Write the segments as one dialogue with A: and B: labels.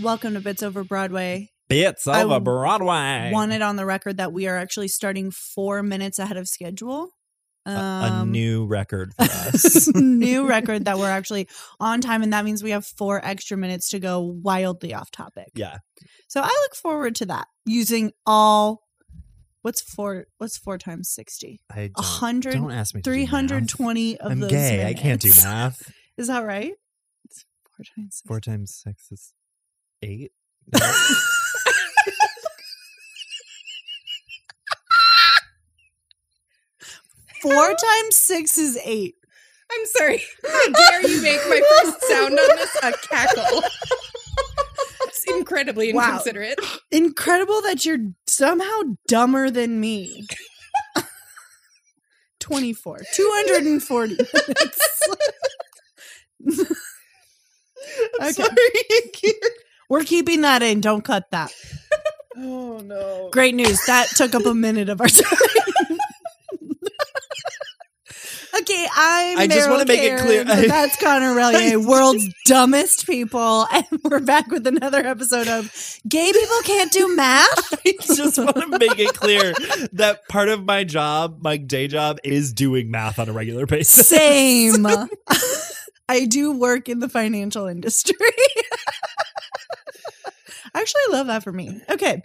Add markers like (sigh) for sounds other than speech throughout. A: Welcome to Bits Over Broadway.
B: Bits
A: I
B: over Broadway.
A: Wanted on the record that we are actually starting four minutes ahead of schedule.
B: A- a
A: Um,
B: new (laughs) record for us.
A: (laughs) new record that we're actually on time, and that means we have four extra minutes to go wildly off topic.
B: yeah.
A: So I look forward to that. Using all what's four what's four times sixty?
B: I
A: A
B: don't, don't
A: hundred
B: ask me. to do
A: three hundred twenty
B: math.
A: of
B: I'm
A: those.
B: gay. I can't
A: (laughs)
B: do
A: minutes.
B: math.
A: Is that right? It's four times
B: Four times six is
A: (laughs)
B: eight.
A: four times six is eight.
C: I'm sorry. How dare you make my first sound on this a cackle? It's incredibly
A: Wow.
C: inconsiderate.
A: Incredible that you're somehow dumber than me. 24. 240 minutes. (laughs) Okay. We're keeping that in. Don't cut that.
C: Oh no.
A: Great news. That took up a minute of our (laughs) time. okay, I'm
B: I just wanna
A: Meryl
B: make it clear-
A: Karen. That's Connor
B: (laughs)
A: Rellier, world's dumbest people. And we're back with another episode of Gay People Can't Do Math.
B: (laughs) I (laughs) just want to make it clear that part of my job, my day job, is doing math on a
A: (laughs)
B: regular basis.
A: Same. I do work in the financial industry. (laughs) I actually love that for me. Okay.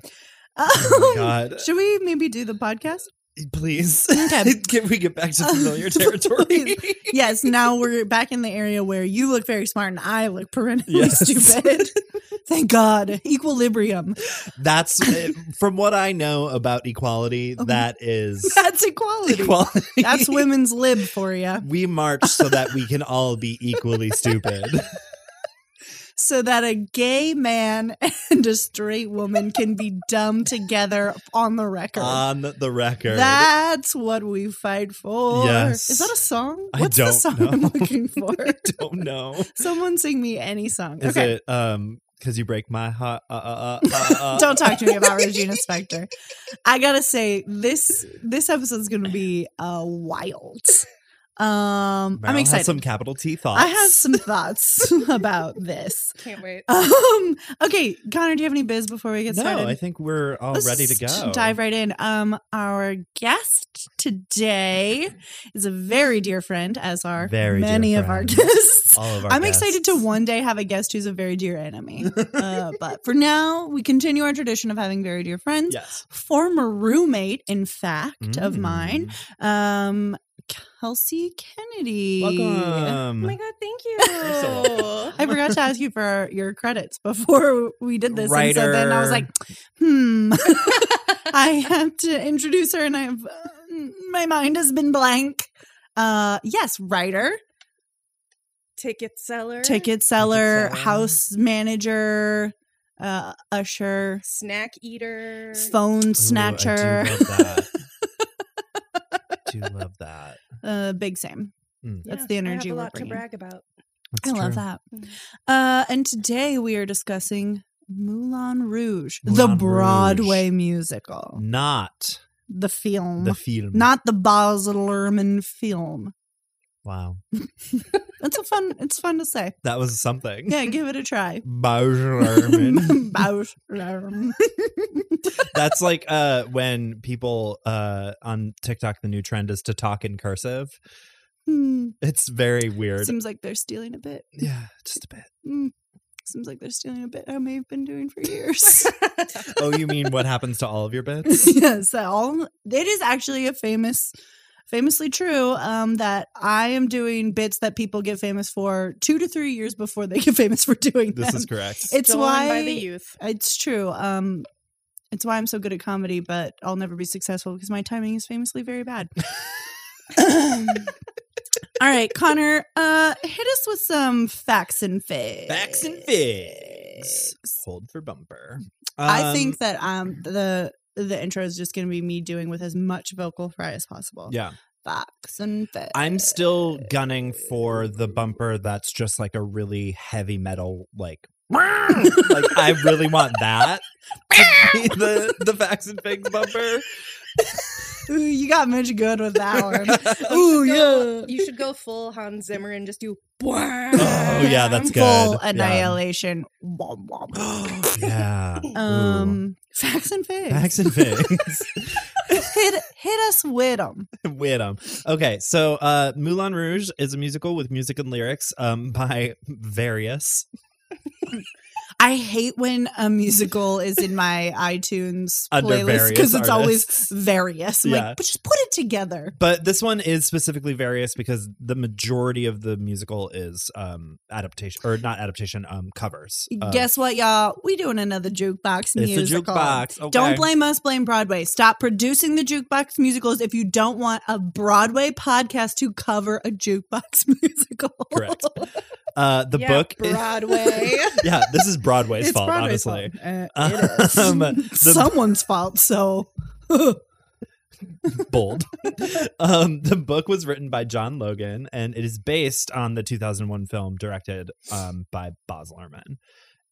B: Oh my
A: Um,
B: God,
A: should we maybe do the podcast?
B: (laughs) please.
A: Okay.
B: Can we get back to
A: (laughs)
B: familiar
A: Uh,
B: territory?
A: please. yes, now we're back in the area where you look very smart and I look perennially
B: Yes. (laughs)
A: stupid. Thank God. Equilibrium. (laughs)
B: That's eh, from what I know about equality.
A: Oh.
B: That is
A: That's (laughs) equality.
B: equality.
A: That's women's lib for you.
B: (laughs) we march so that we can all be equally stupid.
A: So that a gay man and a straight woman can be dumb together on the record.
B: on the record.
A: That's what we fight for.
B: Yes.
A: Is that a song?
B: I
A: What's the
B: don't
A: song
B: know.
A: I'm looking
B: (laughs)
A: for?
B: I (laughs)
A: (laughs)
B: don't know.
A: Someone sing me any song.
B: Is
A: okay.
B: it um because you break my heart? Uh, uh, uh, uh, uh.
A: (laughs) don't talk to me about Regina Spektor. I gotta say this this episode's gonna be uh, wild. Um,
B: Meryl
A: I'm
B: has
A: excited.
B: Some capital T thoughts.
A: I have some thoughts (laughs) about this.
C: Can't wait.
A: Um, okay, Connor, do you have any biz before we get
B: no,
A: started?
B: I think we're all
A: Let's
B: ready to
A: just
B: go.
A: Dive right in. Um, our guest today is a very dear friend, as are
B: Very dear
A: many of our
B: friend.
A: guests.
B: All of our
A: I'm
B: guests.
A: excited to one day have a guest who's a very dear
B: (laughs)
A: enemy. uh, but for now, we continue our tradition of having very dear friends.
B: Yes.
A: Former roommate, in fact, of
B: Mm.
A: mine, um, Kelsey Kennedy.
B: Mm. Welcome.
C: Oh my god,
A: (laughs)
C: thank you.
B: so
A: I forgot to ask you for your credits before we did this. And so then I was
B: Writer.
A: like,
B: (laughs)
A: hmm, (laughs) I have to introduce her, and I've uh, my mind has been blank. Uh, yes, writer,
C: Ticket seller.
A: ticket seller,
B: seller.
A: house manager, uh, usher,
C: Snack eater.
A: phone
B: Ooh,
A: snatcher,
B: I do
A: (laughs)
B: love that. do love that.
A: uh, big Sam.
B: Mm.
A: That's the energy
C: I have a
A: we're
C: lot
A: bringing.
C: to brag about.
A: I
B: That's
A: love
B: true.
A: that.
C: Mhm.
A: Uh, and today we are discussing Moulin Rouge, the
B: Moulin Rouge.
A: Broadway musical,
B: Not
A: the film.
B: the film.
A: not the Baz Luhrmann film.
B: wow.
A: It's a fun. It's fun to say.
B: That was something. (laughs)
A: Yeah, give it a try. (laughs)
B: Baz Luhrmann. (laughs)
A: Baz Luhrmann.
B: That's like uh when people uh on TikTok the new trend is to talk in cursive.
A: Hmm.
B: It's very weird.
A: Seems like they're stealing a bit.
B: yeah, just a bit.
A: Hmm. Seems like they're stealing a bit. I may have been doing for
B: (laughs)
A: years.
B: Oh, you mean what happens to all of
A: (laughs)
B: your (laughs) bits?
A: yes, that all. It is actually a famous, famously true um, that I am doing bits that people get famous for two to three years before they get famous for doing
B: This
A: them.
B: is correct.
A: it's
C: Stolen
A: why
C: by the youth.
A: It's true. Um, it's why I'm so good at comedy, but I'll never be successful because my timing is famously very
B: (laughs)
A: bad. All right, Connor, uh, hit us with some facts and figs.
B: Facts and figs. Hold for bumper.
A: I
B: Um,
A: think that um the the intro is just going to be me doing with as much vocal fry as possible.
B: Um, Yeah.
A: Facts and figs.
B: I'm still gunning for the bumper that's just like a really heavy metal like (laughs) like I really want that. to
A: (laughs)
B: be the the facts and figs bumper.
A: Ooh,
B: (laughs)
A: you got Mitch good with that one. Ooh yeah. (laughs)
C: You should go full Hans Zimmer and just do
B: Oh, yeah, that's good.
A: Full
B: Yeah.
A: annihilation. Womp,
B: (gasps)
A: womp.
B: Oh, yeah. Ooh.
A: Um, facts and figs.
B: Facts and figs. (laughs)
A: hit, hit us with them.
B: Weird. Um. Okay, so uh, Moulin Rouge is a musical with music and lyrics um, by various.
A: I hate when a musical is in my iTunes
B: Under
A: playlist because it's
B: various artists.
A: always various. I'm
B: Yeah.
A: Like, but just put it together.
B: But this one is specifically various because the majority of the musical is um, adaptation or not adaptation, um, covers. of-
A: Guess what, y'all? We doing another jukebox
B: it's a
A: musical.
B: jukebox. Okay.
A: Don't blame us, blame Broadway. Stop producing the jukebox musicals if you don't want a Broadway podcast to cover a jukebox (laughs) musical. (laughs)
B: Correct. (laughs) Uh, the
C: Yeah,
B: book. (laughs) is-
C: Broadway.
B: yeah, this is Broadway's fault,
C: Broadway's
B: honestly.
C: fault. Uh, it
B: (laughs)
C: is.
A: (laughs)
B: Um, the
A: Eh, Someone's fault. So
B: bold. (laughs) um, the book was written by John Logan, and it is based on the 2001 film directed um, by Boz Luhrmann.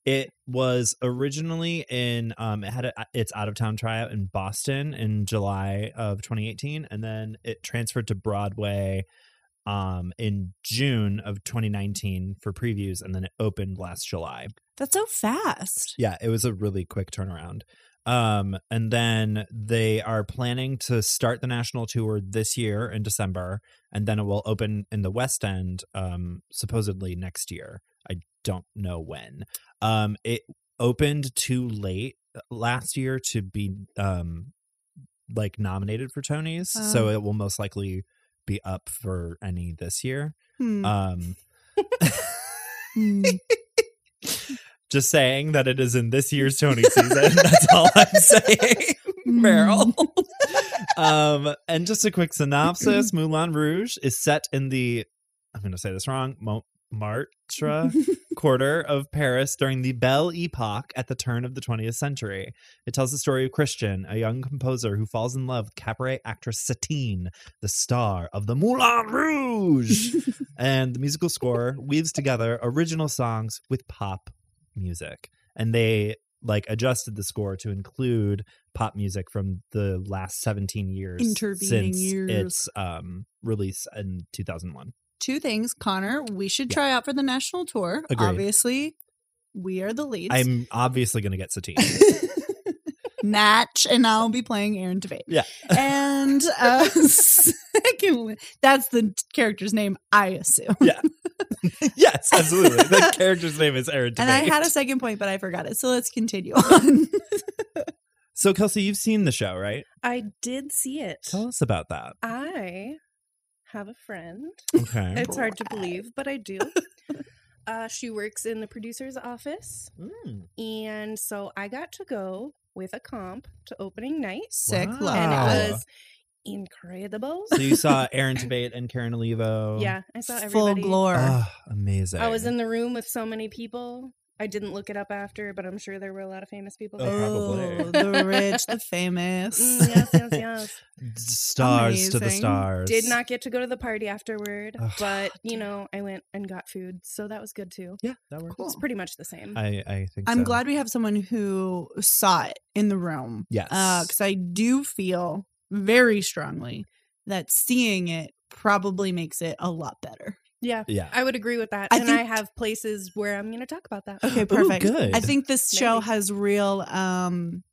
B: It was originally in um, it had a, its out of town tryout in Boston in July of 2018, and then it transferred to Broadway um, in June of 2019 for previews, and then it opened last July.
A: that's so fast.
B: Yeah, it was a really quick turnaround. Um, and then they are planning to start the national tour this year in December, and then it will open in the West End, um, supposedly next year. I don't know when. Um, it opened too late uh, last year to be um, like nominated for Tonys, so
A: Oh.
B: it will most likely be up for any this year.
A: Hmm.
B: Um,
A: Hmm.
B: just saying that it is in this year's Tony season. That's all I'm saying. (laughs)
A: (laughs)
B: Meryl. (laughs) um, and just a quick synopsis: Moulin Rouge is set in the I'm going to say this wrong
A: Hmm. (laughs)
B: Montmartre quarter of Paris during the Belle Epoque at the turn of the 20th century. It tells the story of Christian, a young composer who falls in love with cabaret actress Satine, the star of the Moulin Rouge. and the musical score weaves together original songs with pop music. And they like adjusted the score to include pop music from the last 17 years
A: Intervening
B: since
A: years.
B: its um, release in 2001.
A: Two things, Connor. We should try out for the national tour.
B: Agreed.
A: Obviously, we are the leads.
B: I'm obviously going to get Satine.
A: match, and I'll be playing Aaron Tveit.
B: Yeah. (laughs)
A: and uh, secondly, that's the character's name, I assume.
B: yes, absolutely. The character's name is Aaron.
A: And I
B: Tveit.
A: had a second point, but I forgot it. So let's
B: (laughs)
A: continue on.
B: so Kelsey, you've seen the show, right?
C: I did see it.
B: Tell us about that.
C: I have a friend. (laughs)
B: Okay.
C: It's hard to
A: Brad.
C: believe, but I do. uh, she works in the producer's office.
B: Mm.
C: And so I got to go with a comp to opening night.
A: Sick
B: Wow.
A: love.
C: And
B: Wow.
C: it was incredible.
B: So you saw Aaron Tveit and Karen Olivo.
C: yeah, I saw
A: Full
C: everybody.
A: glory.
B: Ah, amazing.
C: I was in the room with so many people. I didn't look it up after, but I'm sure there were a lot of famous people
B: Oh,
C: there.
B: probably.
A: Oh, the rich, the famous.
C: Mm, yes, yes, yes.
B: (laughs) stars to the
A: Amazing.
B: stars.
C: Did not get to go to the party afterward,
B: Ugh,
C: but you know, I went and got food, so that was good too.
B: Yeah, that worked.
A: Cool.
C: It's pretty much the same.
B: I I think
A: I'm
B: so.
A: glad we have someone who saw it in the room.
B: Yes.
A: Because I do feel very strongly that seeing it probably makes it a lot better.
C: yeah,
B: Yeah.
C: I would agree with that.
A: I
C: and I
A: think-
C: have places where I'm going to talk about that.
A: Okay,
C: (laughs)
B: Ooh,
A: perfect.
B: good.
A: I think this show
C: Maybe.
A: has real um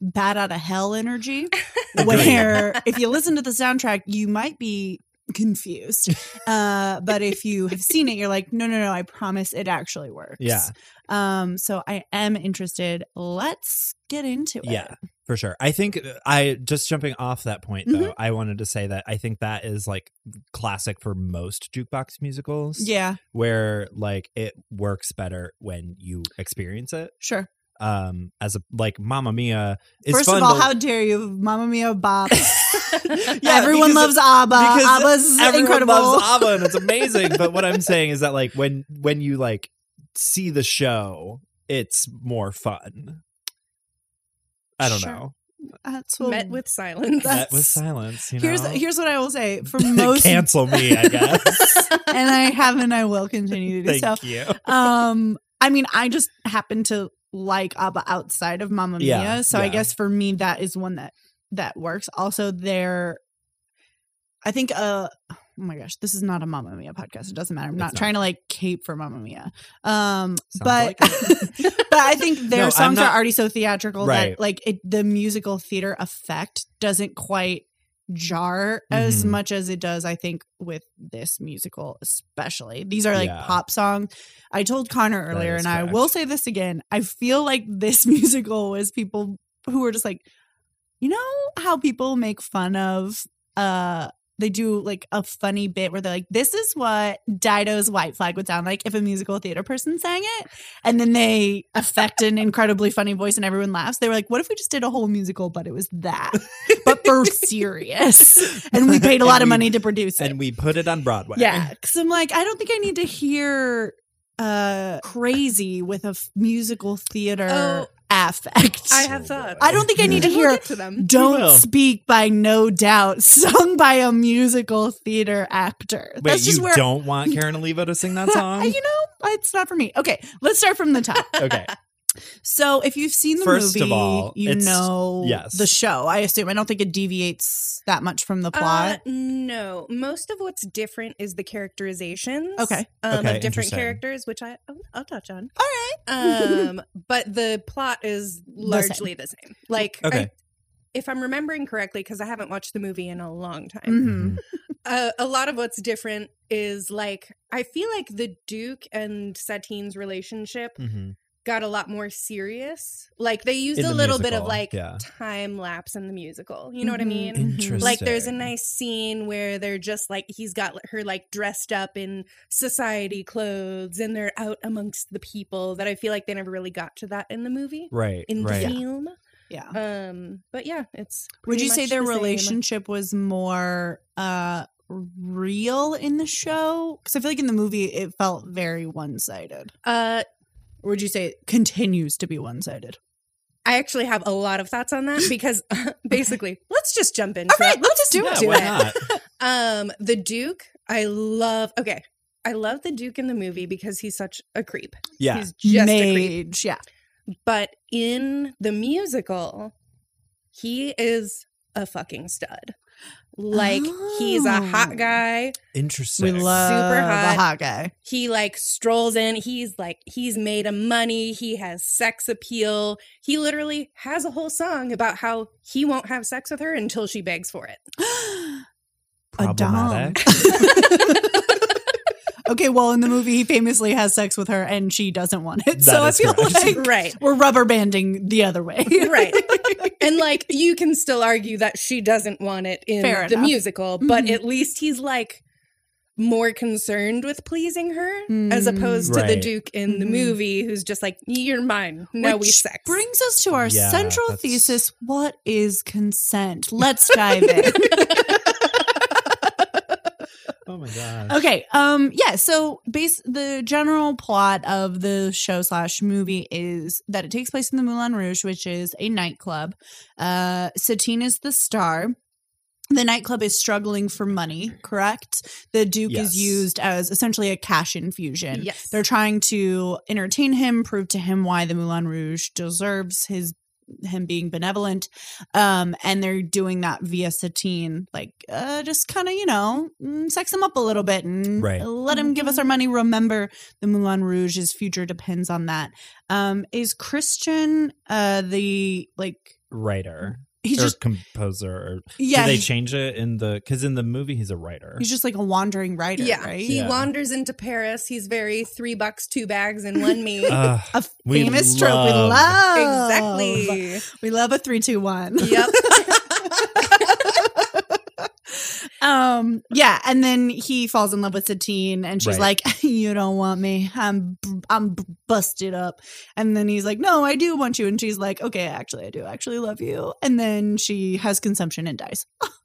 A: bad out of hell energy
B: Agreed.
A: where if you listen to the soundtrack you might be
B: (laughs)
A: confused. Uh but if you have seen it you're like no no no I promise it actually works.
B: Yeah.
A: Um so I am interested. Let's get into it.
B: Yeah, for sure. I think I just jumping off that point though.
A: Mm-hmm.
B: I wanted to say that I think that is like classic for most jukebox musicals.
A: Yeah,
B: where like it works better when you experience it.
A: sure.
B: Um, as a like Mamma Mia is
A: First
B: fun
A: of all,
B: to-
A: how dare you, Mamma Mia
B: (laughs)
A: Bop. (laughs)
B: Yeah,
A: everyone loves
B: because
A: ABBA.
B: because
A: ABBA's
B: everyone
A: incredible.
B: loves ABBA and
A: (laughs)
B: it's amazing. but what I'm saying is that like when when you like see the show, it's more fun. I don't
C: Sure.
B: know.
A: That's what-
C: Met with silence.
B: That was
A: That's-
B: silence. You
A: Here's
B: know? (laughs)
A: here's what I will say for most and
B: cancel
A: (laughs)
B: me, I guess.
A: I have and I will continue to do
B: Thank
A: so.
B: you.
A: Um I mean I just happen to like ABBA outside of Mamma Mia.
B: Yeah,
A: so I
B: yeah.
A: guess for me that is one that that works. Also there I think uh oh my gosh, this is not a Mamma Mia podcast. It doesn't matter. I'm
B: It's
A: not,
B: not.
A: trying to like cape for Mamma Mia. Um,
B: Sounds
A: but
B: like
A: (laughs) but I think their
B: No, I'm
A: songs
B: not-
A: are already so theatrical
B: Right.
A: that like it, the musical theater effect doesn't quite jar as
B: Mhm.
A: much as it does. I think with this musical, especially these are like
B: Yeah.
A: pop songs. I told Connor
B: That
A: earlier,
B: is
A: and I
B: correct.
A: will say this again. I feel like this (laughs) musical was people who were just like, you know how people make fun of uh they do like a funny bit where they're like, this is what Dido's white flag would sound like if a musical theater person sang it. And then they affect an incredibly funny voice and everyone laughs. They were like, what if we just did a whole musical, but it was
B: (laughs)
A: that, but for serious? And we paid a
B: And
A: lot of
B: we-
A: money to produce it.
B: and we put it on Broadway.
A: Yeah, because I'm like, I don't think I need to hear uh crazy with a f- musical theater
C: Oh.
A: affect.
C: I
A: I,
C: have thoughts.
A: don't think I
C: (laughs)
A: need to
C: And
A: hear
C: we'll get to
A: (laughs)
C: them.
A: "Don't
B: will.
A: Speak" by No Doubt (laughs) sung by a musical theater actor.
B: Wait,
A: That's just
B: you
A: where (laughs)
B: don't want Karen Oliva to sing that song?
A: you know it's not for me. Okay, let's start from the top.
B: okay.
A: So if you've seen the
B: First of
A: movie,
B: all,
A: you
B: it's-
A: know
B: yes.
A: the show. I assume I don't think it deviates that much from the
C: Uh,
A: plot.
C: no, most of what's different is the characterizations.
A: Okay.
B: Okay,
C: um, of different
B: interesting.
C: characters, which I I'll, I'll
A: (laughs)
C: touch on.
A: all right.
C: Um, but the plot is largely the same. Like,
B: Okay.
C: I- if I'm remembering correctly, because I haven't watched the movie in a long time,
B: Mm-hmm.
A: hmm
C: uh, a lot of what's different is like I feel like the Duke and Satine's relationship
B: Mhm.
A: Mm-hmm.
C: got a lot more serious. Like they used
B: In
C: a
B: the
C: little bit
B: musical,
C: of like
B: yeah. Mm-hmm.
C: time lapse in the musical. You know what I
A: Mhm.
C: mean?
B: Interesting.
C: Like there's a nice scene where they're just like he's got her like dressed up in society clothes and they're out amongst the people that I feel like they never really got to that in the movie.
B: Right.
C: In
B: right.
C: the film.
A: Yeah.
C: Um but yeah, it's
A: Would
C: pretty
A: you say
C: much
A: their
C: the same.
A: relationship was more uh real in the show? Because I feel like in the movie it felt very one sided.
C: Uh
A: Or would you say it continues to be one sided?
C: I actually have a lot of thoughts on that because (laughs) basically, let's just jump into
A: All right,
C: it.
A: let's
C: just
A: do
B: Yeah,
A: Do
B: why
A: it. (laughs)
B: not?
C: Um, the Duke, I love. Okay, I love the Duke in the movie because he's such a creep.
B: Yeah.
C: He's just a creep.
A: Mage, yeah.
C: But in the musical, he is a fucking stud. Like he's a
A: Oh.
C: hot guy.
A: We
B: Interesting.
A: love a
C: hot.
A: hot guy. (gasps)
C: He like strolls in. He's like he's made of money. He has sex appeal. He literally has a whole song about how he won't have sex with her until she begs for it.
A: a dom.
B: Problematic.
A: (laughs) okay, well, in the movie, he famously has sex with her and she doesn't want it.
B: That
A: so I
B: is
A: feel
B: correct.
A: like (laughs)
C: Right.
A: we're rubber banding the other way.
C: (laughs)
A: (laughs)
C: right and like you can still argue that she doesn't want it in
A: Fair
C: the
A: enough.
C: musical but
A: Mhm.
C: at least he's like more concerned with pleasing her as
A: Mm.
C: opposed to the
B: Right.
C: duke in the
A: Mhm.
C: movie who's just like you're mine now we
A: Which
C: sex
A: Brings us to our
B: Yeah,
A: central
B: that's-
A: thesis what is consent? Let's dive
C: (laughs)
A: in.
B: Oh my god.
A: Okay. Um. Yeah. So, base the general plot of the show slash movie is that it takes place in the Moulin Rouge, which is a nightclub. Uh, Satine is the star. The nightclub is struggling for money. Correct. The Duke
B: Yes.
A: is used as essentially a cash infusion.
C: yes
A: They're trying to entertain him, prove to him why the Moulin Rouge deserves his him being benevolent. Um, and they're doing that via Satine, like uh, just kind of you know mm, sex him up a little bit and
B: Right.
A: let him give us our money. Remember, the Moulin Rouge's future depends on that. Um, is Christian uh, the like
B: Writer
A: he's
B: or
A: just
B: composer. Or,
A: yeah
B: Did Er, they
A: he's-
B: change it in the? Because in the movie, he's a writer.
A: he's just like a wandering writer,
C: yeah
A: right?
C: he
B: Yeah.
C: wanders into paris he's very three bucks two bags and one
B: (laughs)
C: me
B: Ugh,
A: A
B: We
A: famous trope we
B: love-
A: love.
C: exactly
A: We love a three, two, one.
B: (laughs)
C: yep
A: um yeah and then he falls in love with satine and she's
B: Right.
A: like (laughs) you don't want me i'm b- i'm b- busted up and then he's like no i do want you and she's like okay actually i do actually love you and then she has consumption and dies (laughs)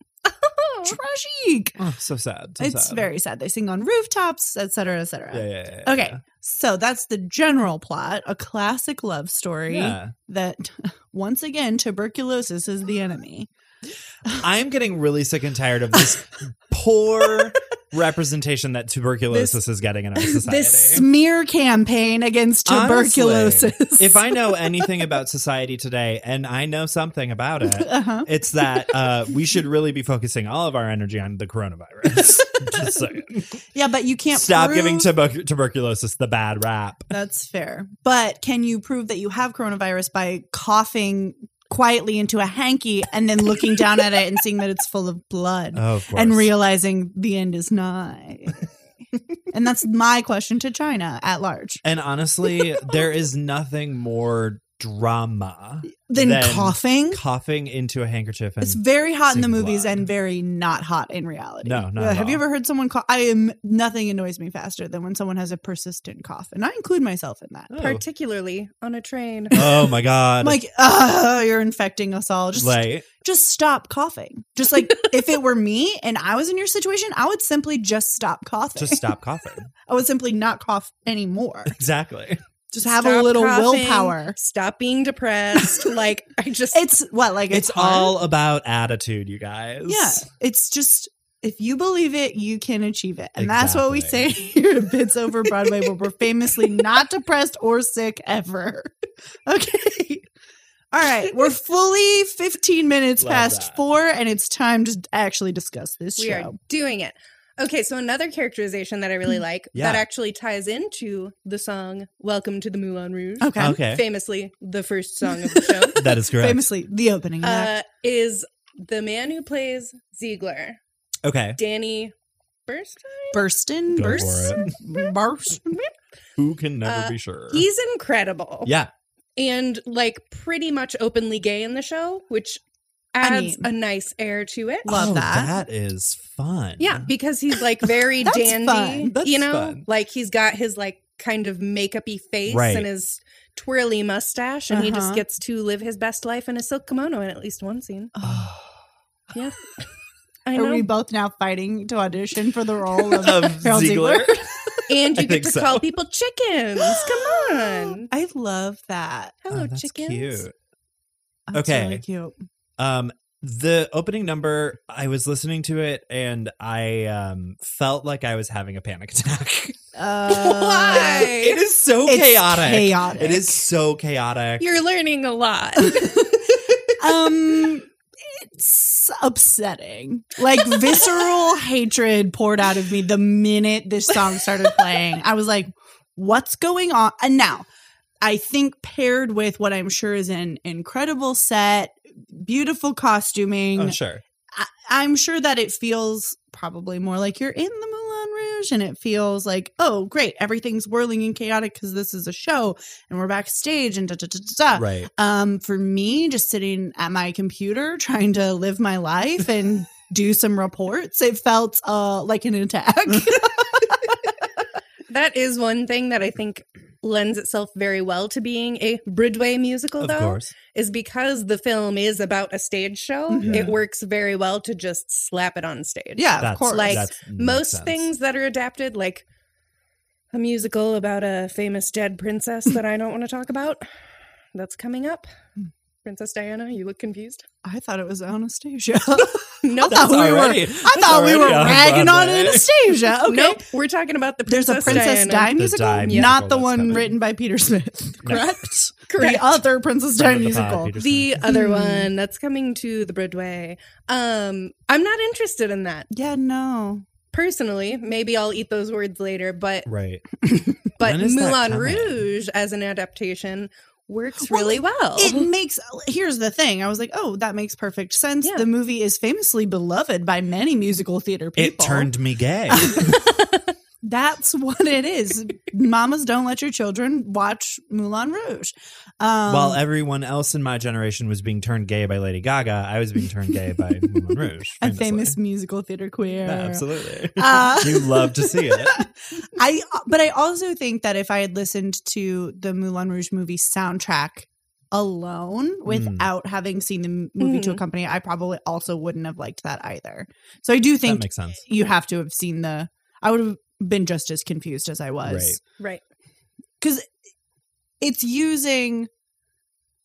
A: tragic
B: oh, so sad. so
A: it's
B: sad.
A: very sad they sing on rooftops etc etc
B: Yeah, yeah, yeah, yeah.
A: okay so that's the general plot a classic love story
B: Yeah.
A: that (laughs) once again tuberculosis is the enemy (laughs)
B: I'm getting really sick and tired of this poor representation that tuberculosis is getting in our society.
A: This smear campaign against tuberculosis.
B: Honestly, if I know anything about society today, and I know something about it,
A: uh-huh.
B: it's that uh, we should really be focusing all of our energy on the coronavirus. (laughs) Just saying.
A: Yeah, but you can't
B: Stop giving
A: prove-
B: tuber- tuberculosis the bad rap.
A: That's fair. But can you prove that you have coronavirus by coughing quietly into a hanky and then looking down at it and seeing that it's full of blood
B: Oh, of course.
A: and realizing the end is nigh? and that's my question to China at large.
B: And honestly, there is nothing more
A: (laughs)
B: drama
A: Then,
B: Then
A: coughing.
B: coughing into a handkerchief. And
A: It's very hot in the
B: seeing
A: movies
B: blood.
A: and very not hot in reality.
B: No, not
A: Uh,
B: at
A: Have you
B: all.
A: ever heard someone cough? I am nothing annoys me faster than when someone has a persistent cough, and I include myself in that.
B: Oh.
C: particularly on a train.
B: oh my god!
A: I'm like, (laughs) oh, you're infecting us all. Just
B: Like,
A: just stop coughing. Just like
B: (laughs)
A: if it were me and I was in your situation, I would simply just stop coughing.
B: just stop coughing.
A: (laughs) I would simply not cough anymore.
B: Exactly.
A: Just have a
C: Stop
A: little
C: coughing,
A: willpower.
C: Stop being depressed. like I just
A: It's what like it's
B: It's,
A: hard?
B: all about attitude, you guys.
A: Yeah, it's just if you believe it, you can achieve it, and that's what we say
B: Exactly.
A: here at Bits Over Broadway, where we're famously not depressed or sick ever. (laughs) Okay. All right, we're fully 15 minutes
B: Love
A: past
B: that.
A: four, and it's time to actually discuss this
C: we are
A: show.
C: doing it. Okay, so another characterization that I really
A: Mm.
C: like
B: Yeah.
C: that actually ties into the song Welcome to the Moulin Rouge.
A: Okay.
B: Okay.
C: Famously the first song of the show.
B: That is correct.
A: Famously, (laughs) the opening. act.
C: uh, is the man who plays Ziegler,
B: Okay.
C: Danny Burst.
A: Burstin,
B: Go
A: burst,
B: for it.
A: burst.
B: Who can never
C: Uh,
B: be sure?
C: He's incredible.
B: yeah.
C: And like pretty much openly gay in the show, which
A: I mean-
C: adds a nice air to it.
A: Love
B: Oh,
A: that.
B: That is fun.
C: Yeah,
B: (sighs)
C: because he's
B: (laughs)
C: like very
A: That's
C: dandy.
A: fun.
B: That's
C: you know,
B: fun.
C: like he's got his like kind of makeupy face
B: Right.
C: and his twirly mustache, and he
A: Uh-huh.
C: just gets to live his best life in a silk kimono in at least one scene. Yeah, I
A: Are
C: know.
A: we both now fighting to audition for the role of
B: (laughs) of
A: Harold Ziegler?
B: Ziegler.
C: (laughs) and
B: I
C: you get
B: think
C: to
B: so.
C: call people chickens. Come
B: (gasps)
C: on,
A: I love that.
C: hello
B: Oh, that's
C: chickens.
B: cute.
A: That's
B: Okay.
A: really cute.
B: Um, the opening number, I was listening to it and I um felt like I was having a panic attack.
A: Uh,
C: Why?
B: (laughs) it is so
A: It's
B: chaotic.
A: chaotic.
B: It is (laughs) so chaotic. (laughs)
C: You're learning a lot. (laughs)
A: um it's upsetting. Like (laughs) visceral hatred poured out of me the minute this song started playing. I was like, what's going on? And now I think paired with what I'm sure is an incredible set, beautiful costuming.
B: oh, sure.
A: I, I'm sure that it feels probably more like you're in the Moulin Rouge and it feels like, oh, great, everything's whirling and chaotic because this is a show and we're backstage and da da da da. da.
B: Right.
A: Um, for me, just sitting at my computer trying to live my life
B: (laughs)
A: and do some reports, it felt uh, like an
B: (laughs)
A: attack. (laughs)
C: that is one thing that I think lends itself very well to being a Broadway musical,
B: Of
C: though.
B: course.
C: is because the film is about a stage show,
A: Mhm.
B: Yeah.
C: it works very well to just slap it on stage.
A: yeah,
B: That's
A: of course.
C: Like,
B: that's- makes
C: Most
B: sense.
C: things that are adapted, like a musical about a famous dead princess that I don't want to talk about, that's coming up. Princess Diana, you look confused.
A: I thought it was Anastasia.
C: Nope.
A: (laughs) I thought we were- (laughs)
B: already-
A: I thought we were
B: already on
A: ragging on
B: Broadway.
A: Anastasia.
B: (laughs)
A: Okay.
C: Nope. We're talking about the
A: There's
C: Princess
A: a Princess Di
C: Diana.
A: musical,
B: Di musical
A: not the
B: that's
A: one
B: coming.
A: written by Peter Smith. (laughs)
B: No.
A: (laughs) Correct.
C: (laughs) Correct.
A: The other Princess Di
B: Friend of the pod,
A: musical.
B: Peter
C: The
B: Smith.
C: other
A: Hmm.
C: one that's coming to the Broadway. Um, I'm not interested in that
A: Yeah, no.
C: personally. Maybe I'll eat those words later, but
B: right.
C: but
B: When is that
C: Moulin
B: coming?
C: Rouge as an adaptation works
A: Well,
C: really well.
A: It
C: (laughs)
A: makes here's the thing. I was like, oh, that makes perfect sense.
C: Yeah.
A: The movie is famously beloved by many musical theater
B: It
A: people.
B: turned me
A: (laughs)
B: gay. (laughs)
A: That's what it is. Mamas don't let your children watch Moulin Rouge. Um,
B: While everyone else in my generation was being turned gay by Lady Gaga, I was being turned gay
A: (laughs)
B: by Moulin Rouge.
A: a
B: famously.
A: famous musical theater queer.
B: Yeah, absolutely.
A: Uh,
B: (laughs) you love
A: (laughs)
B: to see it.
A: I but I also think that if I had listened to the Moulin Rouge movie soundtrack
B: Mm.
A: alone without having seen the m- movie to
B: Mm-hmm.
C: Mhm.
A: accompany, it, I probably also wouldn't have liked that either. So I do
B: That
A: think
B: makes sense.
A: you have to have seen the I would have been just as confused as I was.
B: Right.
C: right.
A: It's using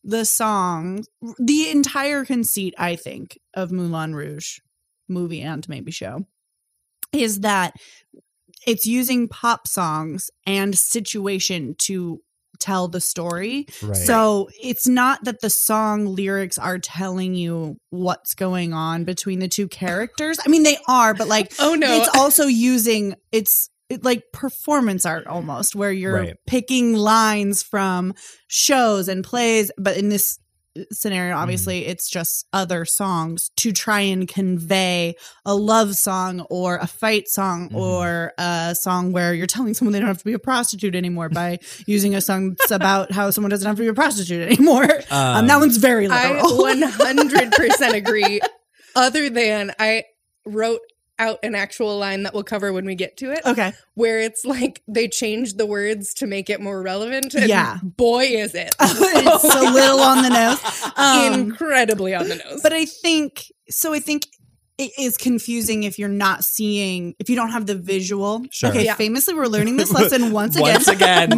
A: the song the entire conceit I think of Moulin Rouge movie and maybe show is that it's using pop songs and situation to tell the story.
B: Right. Um,
A: So it's not that the song lyrics are telling you what's going on between the two characters. I mean, they are, but like,
C: Oh no.
A: it's also using it's it, like performance art almost, where you're
B: Right.
A: picking lines from shows and plays. But in this uh, scenario, obviously, it's just other songs to try and convey a love song or a fight song
B: Mhm.
A: or a song where you're telling someone they don't have to be a prostitute anymore by using a song that's about how someone doesn't have to be a prostitute anymore. Um, that one's very
C: I
A: literal.
C: 100% agree. Other than I wrote out an actual line that we'll cover when we get to it,
A: (laughs) okay.
C: where it's like they changed the words to make it more relevant. And
A: Yeah.
C: Boy, is it.
A: (laughs) it's a
C: (laughs)
A: little on the nose. Um,
C: Incredibly on the nose.
A: but I think so. I think it is confusing if you're not seeing if you don't have the visual.
B: Sure.
A: Okay,
C: Yeah.
A: famously,
B: (laughs)
A: we're learning this lesson once again.
B: again,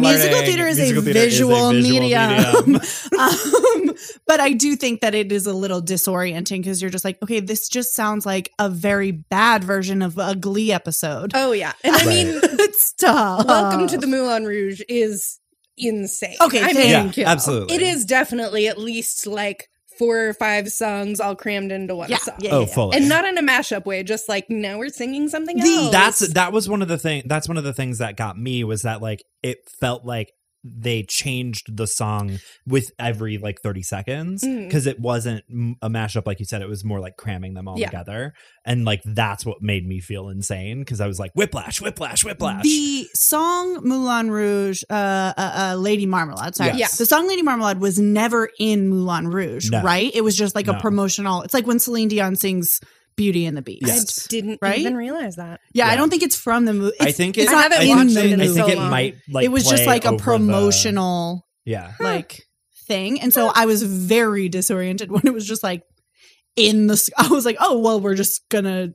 A: (laughs) musical
B: learning
A: theater is
B: musical
A: a
B: theater is
A: visual, medium. (laughs)
B: medium.
A: um, but I do think that it is a little disorienting because you're just like, okay, this just sounds like a very bad version of a Glee episode. (laughs)
C: oh, yeah. And I
B: Right.
C: mean,
A: it's tough.
C: Welcome to the Moulin Rouge is insane.
A: Uh, Okay,
C: I mean,
B: Yeah,
A: Thank you.
B: absolutely.
C: it is definitely at least like four or five songs all crammed into one
A: yeah,
C: song.
A: yeah, yeah,
B: Oh,
A: yeah.
B: fully.
C: And not in a mashup way, just like now we're singing something
A: The-
C: else.
B: that's that was one of the thing that's one of the things that got me was that like it felt like they changed the song with every like 30 seconds
C: Mm.
B: because it wasn't m- a mashup like you said it was more like cramming them all
C: Yeah.
B: together and like that's what made me feel insane because i was like whiplash whiplash whiplash
A: The song Moulin Rouge, uh, uh, uh, Lady Marmalade. Sorry,
B: Yes.
C: Yeah.
A: the song Lady Marmalade was never in Moulin Rouge,
B: No.
A: right? It was just like a
B: No.
A: promotional. It's like when Celine Dion sings Beauty and the Beast.
C: I
B: Yes.
C: didn't
A: Right?
C: even
A: (laughs)
C: realize that.
A: Yeah, I
B: Yeah.
A: don't think it's from the movie.
B: i think it,
A: it's
C: I
A: not
C: haven't
B: I,
A: in
C: watched
A: the
B: think, it- I
A: movie.
C: in
B: think
C: so
B: it
C: long.
B: might like
A: it was just
B: play
A: like a
B: over the-
A: promotional (laughs)
B: yeah (laughs)
C: Huh.
A: like thing, and so I was very disoriented (laughs) when it was just like in the. s- (laughs) I was like, oh well, we're just gonna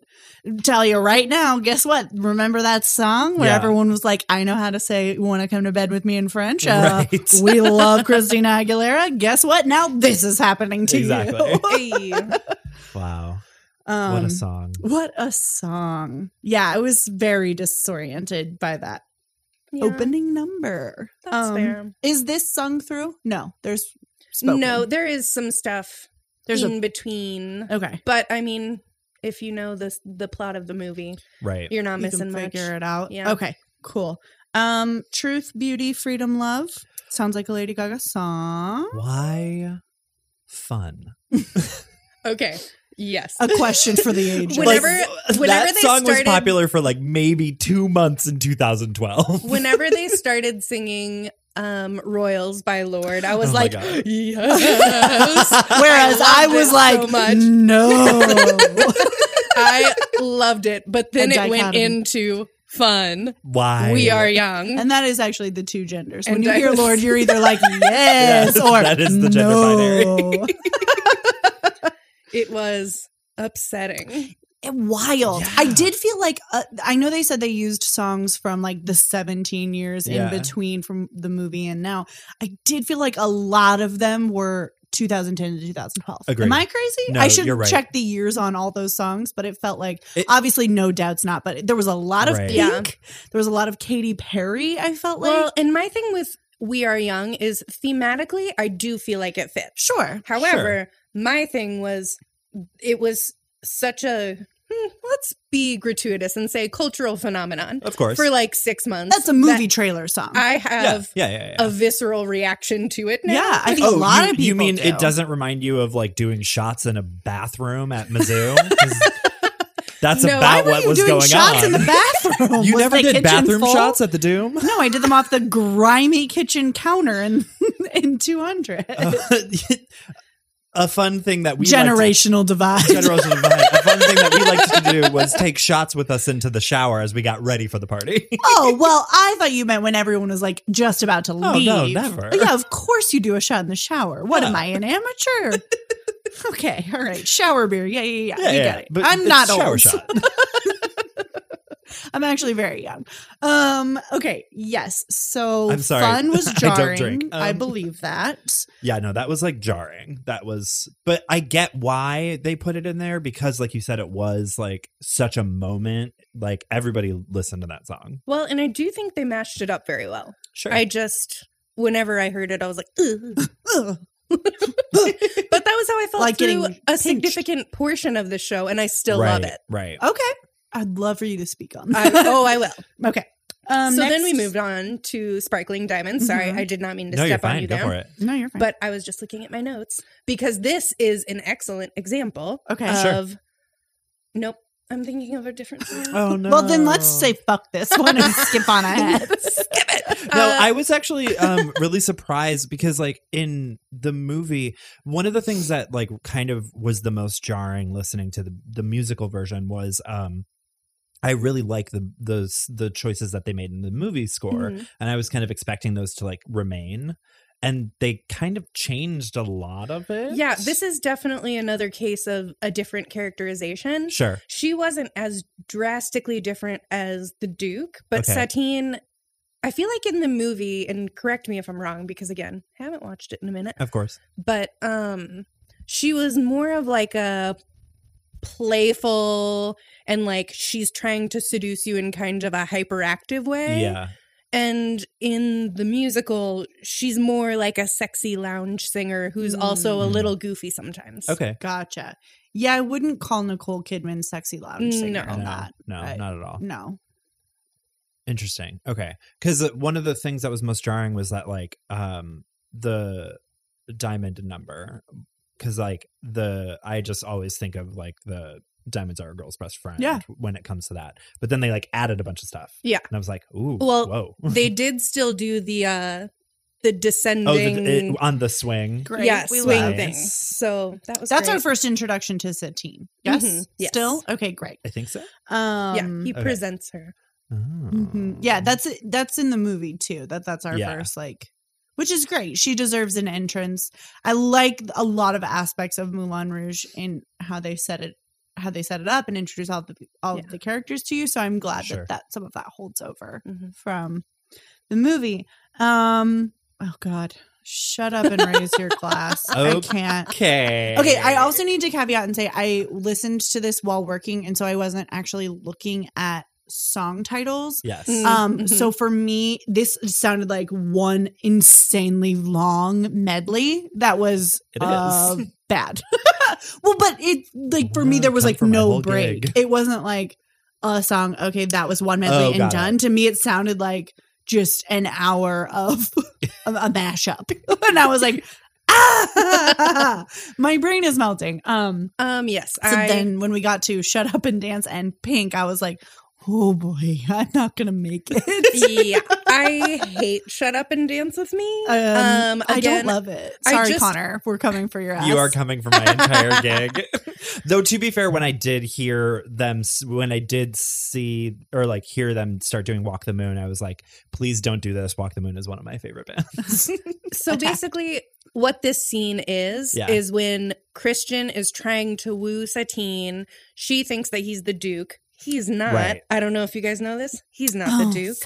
A: tell you right now. Guess what? Remember that song where
B: Yeah.
A: everyone was like, I know how to say "Want to come to bed with me" in French. Uh, (laughs)
B: right
A: we love Christina Aguilera. Guess what? Now this is happening to you. (laughs)
B: Exactly.
C: Hey.
B: wow
A: Um,
B: what a song
A: What a song. Yeah, I was very disoriented by that
C: Yeah,
A: opening number.
C: That's
A: Um,
C: fair.
A: Is this sung through? No, there's spoken.
C: No, there is some stuff
A: there's
C: in between.
A: a okay.
C: But I mean, if you know this the plot of the movie,
B: right
C: you're not
A: You can
C: missing much.
A: figure it out.
C: Yeah.
A: Okay. Cool. Um, truth, beauty, freedom, love. Sounds like a Lady Gaga song.
B: why fun
C: Okay. Yes.
A: A question for
C: (laughs)
A: the ages.
C: Whenever- whenever
B: that
C: they
B: song was
C: started-
B: popular for like maybe two months in 2012.
C: Whenever they started singing um Royals by Lord, I was
B: Oh my
C: like,
B: God. (laughs)
C: yes.
A: Whereas
C: I
A: I,
C: loved
A: was
C: it
A: like,
C: so
B: (laughs)
C: much.
A: no.
C: I loved it, but then
A: A
C: it went
A: dichotomy.
C: into fun.
B: Why?
C: we are young.
A: And that is actually the two genders. When
C: And
A: you
C: I
A: hear
C: was-
A: Lord,
C: (laughs)
A: you're either like yes
B: Yes,
A: or
B: that is the gender
A: no.
C: It was upsetting.
A: It- Eh, Wild.
B: Yeah.
A: I did feel like uh, I know they said they used songs from like the 17 years
B: Yeah.
A: in between from the movie and now. I did feel like a lot of them were 2010 to 2012.
B: Agreed.
A: Am I crazy?
B: No,
A: I should
B: you're right.
A: check the years on all those songs, but it felt like
B: It-
A: obviously no doubts not, but there was a lot of
B: Right.
A: Pink.
C: Yeah.
A: There was a lot of Katy Perry. I felt like
C: well, and my thing with We Are Young is thematically, I do feel like it fits.
A: sure.
C: However, my thing was it was such a hmm, let's be gratuitous and say cultural phenomenon
B: (laughs) Of course.
C: for like six months.
A: That's a movie
C: that
A: trailer song.
C: I
B: yeah,
C: have
B: yeah, yeah. yeah.
C: a visceral reaction to it now.
A: Yeah, I think
B: Oh,
A: a lot
B: you,
A: of people.
B: you mean
A: do.
B: it doesn't remind you of like doing shots in a bathroom at Mizzou? (laughs) 'Cause That's
C: No.
A: Why
B: about
A: were
B: what
A: you
B: was
A: doing
B: going
A: shots
B: on. (laughs)
A: in the bathroom? (laughs)
B: you
A: Was
B: never
A: the
B: did
A: kitchen
B: bathroom
A: full?
B: shots at the (laughs) Doom?
A: No, I did them off the grimy kitchen counter in (laughs) in two hundred.
B: a fun thing that Uh, we liked-
A: Generational divide.
B: Generation of mine. A fun thing that we liked to do was take shots with us into the shower as we got ready for the (laughs) party.
A: (laughs) oh well, I thought you meant when everyone was like just about to
B: Oh, no,
A: leave.
B: never.
A: Yeah, of course you do a shot in the shower. What am
B: Yeah.
A: I, an
B: (laughs)
A: amateur? okay, all right. Shower beer. Yeah, yeah, yeah.
B: (laughs) Yeah,
A: you
B: yeah, (laughs)
A: get it.
B: but
A: I'm
B: it's
A: not
B: shower
A: old.
B: shot.
A: I'm actually very young. Um, okay, yes. So
B: I'm sorry.
A: fun was
B: (laughs) I don't
A: jarring.
B: drink.
A: I
B: Um,
A: believe that.
B: Yeah, no, that was like jarring. That was, but I get why they put it in there because, like you said, it was like such a moment. Like everybody listened to that song.
C: (laughs) Well, and I do think they mashed it up very well.
B: Sure.
C: I just, whenever I heard it, I was like,
B: (laughs)
C: Ugh.
A: Ugh.
C: but that was how I felt
A: Like
C: through a
A: getting pinched.
C: significant portion of the show, and I still
B: right,
C: love it.
B: Right.
A: Okay. I'd love for you to speak on
B: (laughs)
C: I,
A: that.
C: oh, I will.
A: (laughs) okay. Um,
C: so then we
A: next-
C: moved on to sparkling diamonds. Sorry,
A: Mhm.
C: I did not mean to
B: No, you're
C: step on
B: fine.
C: you
B: Go
C: there.
B: for it.
A: No, you're fine.
C: But I was just looking at my notes because this is an excellent example
A: okay.
B: Sure.
C: of. Nope, I'm thinking of
B: (gasps)
C: a different. song.
B: Oh no.
A: Well, then let's say fuck this (laughs) one and skip
C: (laughs)
A: on ahead.
C: Skip it.
B: No,
C: Uh,
B: I was actually um, really surprised because, like, in the movie, one of the things that, like, kind of was the most jarring listening to the, the musical version was um, I really like the, the s- the choices that they made in the movie score,
C: mhm.
B: and I was kind of expecting those to like remain, and they kind of changed a lot of it.
C: Yeah, this is definitely another case of a different characterization.
B: sure.
C: She wasn't as drastically different as the Duke, but
B: Okay.
C: Satine, I feel like in the movie, and correct me if I'm wrong, because again, haven't watched it in a minute.
B: Of course.
C: but um she was more of like a playful and like she's trying to seduce you in kind of a hyperactive way
B: Yeah.
C: and in the musical she's more like a sexy lounge singer who's also a
B: Mm.
C: little goofy sometimes
B: Okay.
A: Gotcha. Yeah, I wouldn't call Nicole Kidman sexy lounge singer
C: No.
A: on
B: no,
A: that.
B: no,
A: I-
B: not at all.
A: No.
B: Interesting. Okay. Cuz one of the things that was most jarring was that like um the diamond number cuz like the I just always think of like the diamonds are a girl's best friend
A: Yeah.
B: when it comes to that. But then they like added a bunch of stuff.
C: Yeah.
B: And I was like, "Ooh,
C: Well,
B: whoa." (laughs)
C: they did still do the uh the descending
B: oh, the, Oh, it- on the swing.
A: Great.
C: yeah
A: We
C: swing
A: love
B: it.
C: thing
B: Nice.
C: so that was
A: That's
C: great.
A: our first introduction to Satine. Yes?
C: Mhm. Yes.
A: Still? Okay, great.
B: I think so.
A: Um
C: yeah he
B: Okay.
C: presents her
A: mhm.
B: Oh.
A: Yeah, that's that's in the movie too. That that's our
B: Yeah.
A: first like which is great. She deserves an entrance. I like a lot of aspects of Moulin Rouge and how they set it how they set it up and introduce all the all
C: Yeah.
A: of the characters to you. So I'm glad
B: Sure.
A: that, that some of that holds over.
C: Mhm.
A: from the movie. Um, oh God, shut up and raise your glass. I
B: Okay.
A: can't.
B: Okay.
A: Okay, I also need to caveat and say I listened to this while working, and so I wasn't actually looking at song titles.
B: Yes.
C: Mm.
A: Um,
C: Mhm.
A: so for me, this sounded like one insanely long medley that was
B: It is.
A: uh, bad. (laughs) well, but it like for me
B: Wow,
A: there was
B: come
A: like
B: for my
A: no
B: whole
A: break.
B: gig.
A: It wasn't like a song. Okay, that was one medley
B: Oh,
A: and
B: got
A: done. To me, it sounded like just an hour of a, a mashup, (laughs) and I was like, ah, (laughs) my brain is melting. Um,
C: um yes
A: so
C: i
A: then when we got to shut up and dance and pink, I was like. Oh boy, (laughs) I'm not gonna make
C: (laughs)
A: it.
C: yeah, I hate shut up and dance with me.
A: Um,
C: Um,
A: I
C: again,
A: don't love it.
C: I
A: Sorry,
C: just-
A: Connor. We're coming for your ass.
B: You are coming for my
A: (laughs)
B: entire gig. (laughs) Though to be fair, when I did hear them, s- when I did see or like hear them start doing Walk the Moon, I was like, please don't do this. Walk the Moon is one of my
A: (laughs)
B: favorite bands. (laughs)
C: so
A: attack.
C: basically, what this scene is
B: Yeah.
C: is when Christian is trying to woo Satine. She thinks that he's the Duke. He's not.
B: Right.
C: I don't know if you guys know this. He's not
A: Oh,
C: the Duke.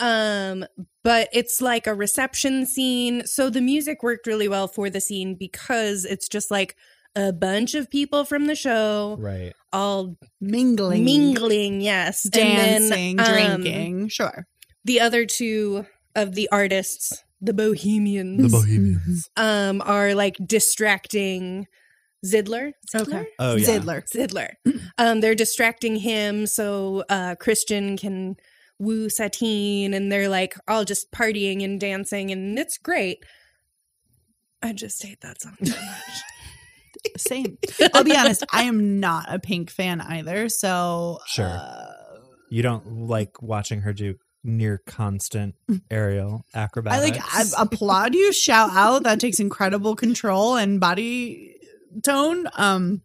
C: Um, but it's like a reception scene. So the music worked really well for the scene because it's just like a bunch of people from the show
B: right.
C: all
A: mingling,
C: mingling, yes, And then,
A: dancing,
C: um,
A: drinking.
C: (laughs)
A: Sure.
C: the other two of the artists, the Bohemians,
A: Bohemians.
C: um, are like distracting Zidler. Zidler?
A: Okay.
B: Oh, yeah.
A: Zidler.
C: Zidler. Um, they're distracting him so uh, Christian can woo Satine, and they're like all just partying and dancing, and it's great. I just hate that song so much.
A: Same. I'll be honest. I am not a Pink fan either. So
B: Sure.
A: uh,
B: You don't like watching her do near constant aerial
A: Mm. I
B: acrobatics.
A: like I applaud you. Shout out. That takes incredible control and body tone. Um,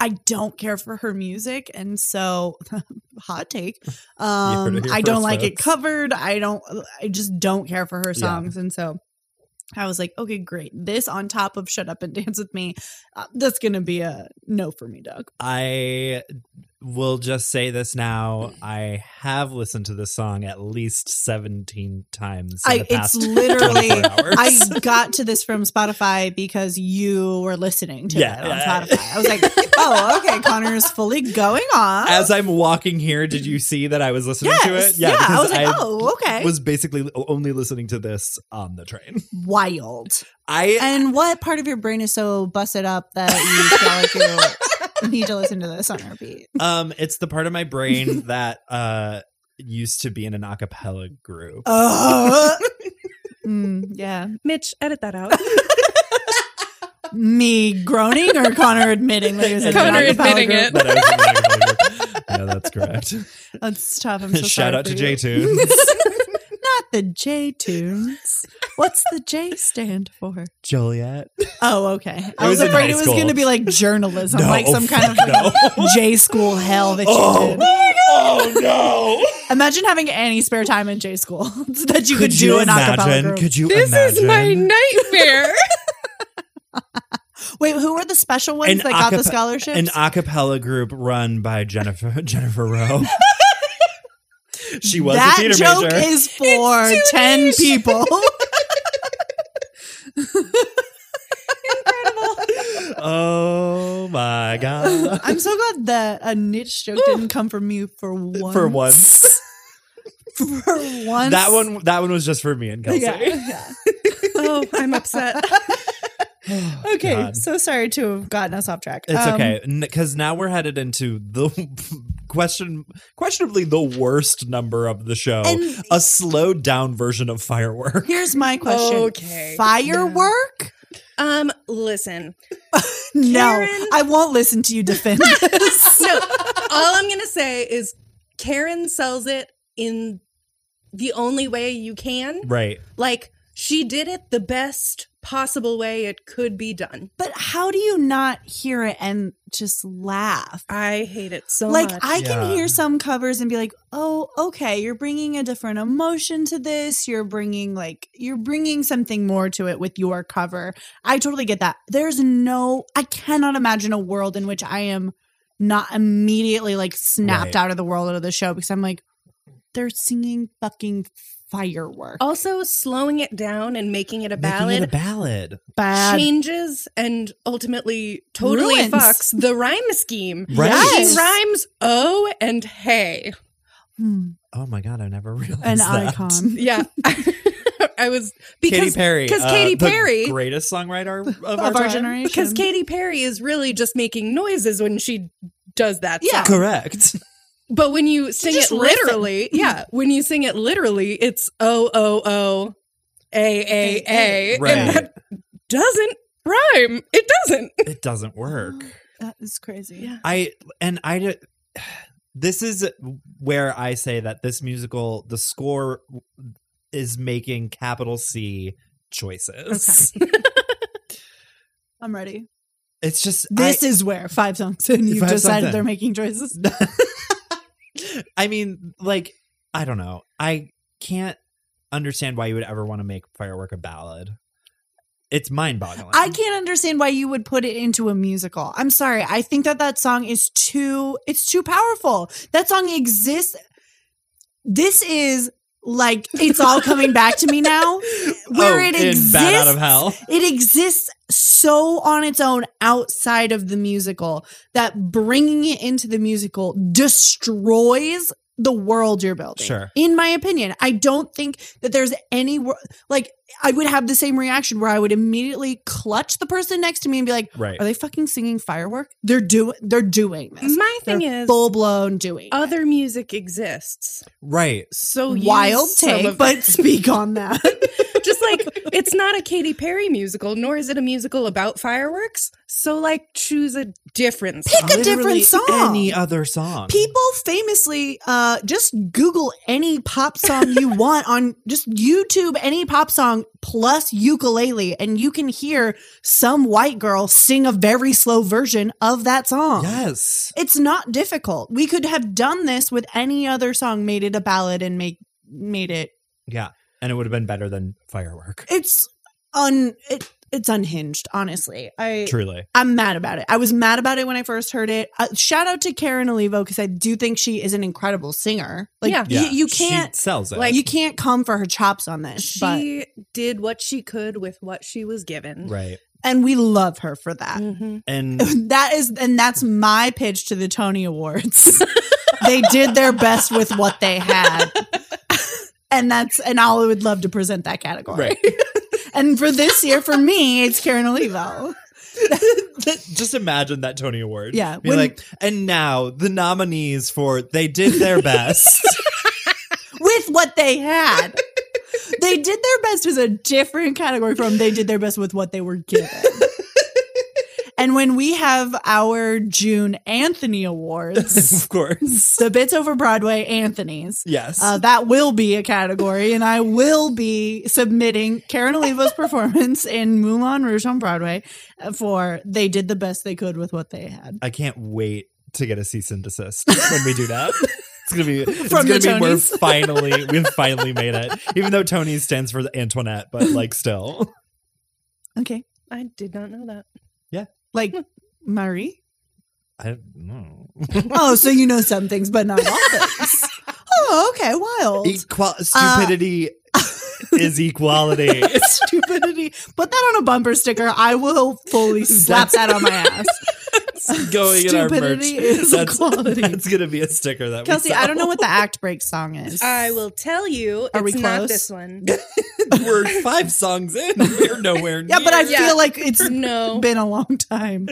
A: I don't care for her music, and so (laughs) hot
B: (laughs)
A: take.
B: heard
A: Um,
B: it here
A: I don't
B: first,
A: like it
B: folks.
A: covered. I don't. I just don't care for her
B: Yeah.
A: songs, and so I was like, okay, great. This on top of "Shut Up and Dance with Me," uh, that's gonna be a no for me, Doug.
B: I will just say this
A: Mm.
B: now. I have listened to this song at least 17 times. In
A: I,
B: the
A: it's
B: past (laughs)
A: literally
B: 24 hours.
A: I got to this from Spotify because you were listening to it
B: Yeah,
A: on
B: yeah.
A: Spotify. I was like, oh, okay, Connor is fully going on.
B: As I'm walking here, did you see that I was listening
A: yes,
B: to it?
A: Yeah, I
B: because
A: was like, oh, okay.
B: was basically only listening to this on the train. (laughs)
A: Wild.
B: I
A: And what part of your brain is so busted up that you feel like you (laughs) need to listen to this on repeat?
B: um it's the part of my
A: (laughs)
B: brain that uh used to be in an a cappella group.
A: Uh, (laughs) mm, yeah.
C: (laughs) Mitch, edit that out.
A: Me groaning or Connor admitting that he was in an
C: Connor
A: acapella
C: admitting
A: group?
C: it.
B: That I was in an a cappella group. Yeah, that's correct.
A: That's tough. (laughs) I'm so
B: Shout
A: sorry
B: out
A: for
B: to
A: you. (laughs)
B: J (laughs) Tunes.
A: Not the J tunes. What's the J stand for?
B: Juliet.
A: Oh, okay. I
B: It
A: was,
B: was in
A: afraid
B: high
A: it was
B: school.
A: going to be like journalism,
B: No,
A: like some kind of
B: fuck
A: (laughs) like,
B: (laughs) no.
A: J school hell that you
B: Oh,
A: did.
B: oh no.
A: Imagine having any spare time in J school (laughs) that you could, do
B: you
A: an acapella
B: imagine?
A: group.
B: Could you
C: (laughs) this
B: imagine?
C: is my nightmare.
A: Wait, who were the special ones
B: An
A: that got the
B: acapa-
A: scholarships? (laughs)
B: an a cappella group run by Jennifer (laughs) Jennifer
A: (laughs)
B: Rowe. she was
A: that
B: a theater
A: joke
B: major.
A: is for
C: It's too
A: ten
C: niche.
B: (laughs)
A: people.
B: (laughs) oh my god.
A: I'm so glad that a niche joke didn't come from you for once.
B: For once.
A: (laughs) for once.
B: That one that one was just for me and Kelsey.
A: Yeah. (laughs) yeah.
C: oh, I'm upset.
A: (laughs) Okay.
B: Oh God.
A: So sorry to have gotten us off track.
B: It's
A: Um,
B: okay because now we're headed into the (laughs) question, questionably the worst number of the show,
A: And-
B: a slowed down version of firework.
A: Here's my question.
C: Okay.
A: Firework?
C: Um, listen.
A: No,
C: Karen-
A: I won't listen to you (laughs) defend this.
C: No, all I'm gonna say is Karen sells it in the only way you can.
B: Right.
C: Like she did it the best possible way it could be done.
A: but how do you not hear it and just laugh?
C: I hate it so
A: like
C: much.
A: I can
B: Yeah.
A: hear some covers and be like, "Oh, okay, you're bringing a different emotion to this. You're bringing like you're bringing something more to it with your cover." I totally get that. There's no I cannot imagine a world in which I am not immediately like snapped
B: Right.
A: out of the world of the show because I'm like they're singing fucking firework.
C: also slowing it down and making it a
B: Making it
C: ballad
B: a ballad.
A: Bad.
C: changes and ultimately totally
A: Ruins.
C: fucks the rhyme scheme.
B: Right.
A: Yes.
C: He rhymes oh and hey.
A: Hmm.
B: Oh my god! I never realized
A: An
B: that.
A: icon.
C: Yeah. (laughs) I was
B: Katy
C: because
B: Perry. uh,
C: 'cause Katy
B: the
C: Perry-
B: greatest songwriter of,
A: (laughs) Of,
B: our,
A: our,
B: time.
A: generation.
C: because Katy Perry is really just making noises when she does that.
A: Yeah.
C: song.
B: Correct.
C: But when you sing it
A: just riffing.
C: literally, yeah, when you sing it literally, it's oh oh oh a a a. And
B: Right.
C: that doesn't rhyme. It doesn't.
B: (laughs) it doesn't work.
A: That is crazy.
C: Yeah.
B: I and I d- this is where I say that this musical the score is making capital C choices.
A: I'm ready.
B: It's just
A: This is where five songs and you've
B: Five songs
A: decided
B: in.
A: they're making
B: (laughs)
A: choices.
B: I, I mean like I don't know. I can't understand why you would ever want to make firework a ballad. It's mind-boggling.
A: I can't understand why you would put it into a musical. I'm sorry. I think that that song is too it's too powerful. That song exists. This is like it's all coming back to me now. Where
B: Oh,
A: it
B: in
A: exists,
B: Bat out of hell.
A: it exists so on its own outside of the musical that bringing it into the musical destroys the world you're building.
B: Sure.
A: In my opinion, I don't think that there's any wor- like I would have the same reaction where I would immediately clutch the person next to me and be like,
B: Right.
A: "Are they fucking singing firework? They're doing they're doing this.
C: (laughs) My thing
A: They're
C: is
A: full blown doing." it.
C: other music exists.
B: Right.
C: So use
A: Wild
C: some
A: take,
C: of
A: but speak on that.
C: (laughs)
A: (laughs)
C: just like it's not a Katy Perry musical, nor is it a musical about fireworks. So like choose a different song.
A: a different
B: Literally
A: song.
B: Any other song.
A: people famously uh just google any pop song you want on just youtube any pop song plus ukulele and you can hear some white girl sing a very slow version of that song
B: Yes.
A: it's not difficult we could have done this with any other song made it a ballad and make made it
B: Yeah. And it would have been better than firework.
A: it's un it, it's unhinged, honestly. I
B: Truly.
A: I'm mad about it. I was mad about it when I first heard it. Uh, shout out to Karen Olivo because I do think she is an incredible singer. Like
C: Yeah.
A: y- you can't
B: She sells it.
C: like-
A: you can't come for her chops on this. but
C: She did what she could with what she was given.
B: (laughs) right.
A: and we love her for that.
C: Mhm.
B: And
A: (laughs) That is and that's my pitch to the Tony Awards. (laughs) they did their best with what they
C: (laughs)
A: had. and that's and I would love to present that category.
B: right. (laughs)
A: And for this year for me, it's Karen Olivo.
B: Just imagine that Tony Award.
A: Yeah,
B: Be
A: when-
B: like, and now the nominees for They Did Their
A: (laughs)
B: Best.
A: with what they had. They did their best was a different category from they did their best with what they were given. and when we have our June Anthony Awards,
B: of course.
A: the Bits Over Broadway Anthony's,
B: Yes.
A: uh, that will be a category, and I will be submitting Karen Olivo's performance in Moulin Rouge on Broadway uh, for they did the best they could with what they had.
B: I can't wait to get a cease and desist when we
A: (laughs)
B: do that. It's gonna be it's
A: From
B: gonna
A: the
B: be we're
A: Tonys.
B: finally we've finally made it.
A: (laughs)
B: Even though Tony stands for Antoinette, but like still.
A: Okay,
C: I did not know that.
A: like Marie.
B: I don't know.
A: Oh, so you know some things, but not all (laughs) things. Oh, okay, wild.
B: Equal uh, (laughs) stupidity is equality.
A: (laughs) stupidity. Put that on a bumper sticker. I will fully slap that on my ass.
B: Going in our merch.
A: Stupidity is
B: that's,
A: equality.
B: that's gonna be a sticker that
A: Kelsey,
B: we
A: I don't know what the act break song is.
C: I will tell you,
A: Are we
C: it's not
A: close?
C: this one.
B: know. We're five songs (laughs) in. We're nowhere
A: Yeah, but I
C: Yeah.
A: feel like it's (laughs)
C: (laughs) no.
A: been a long time.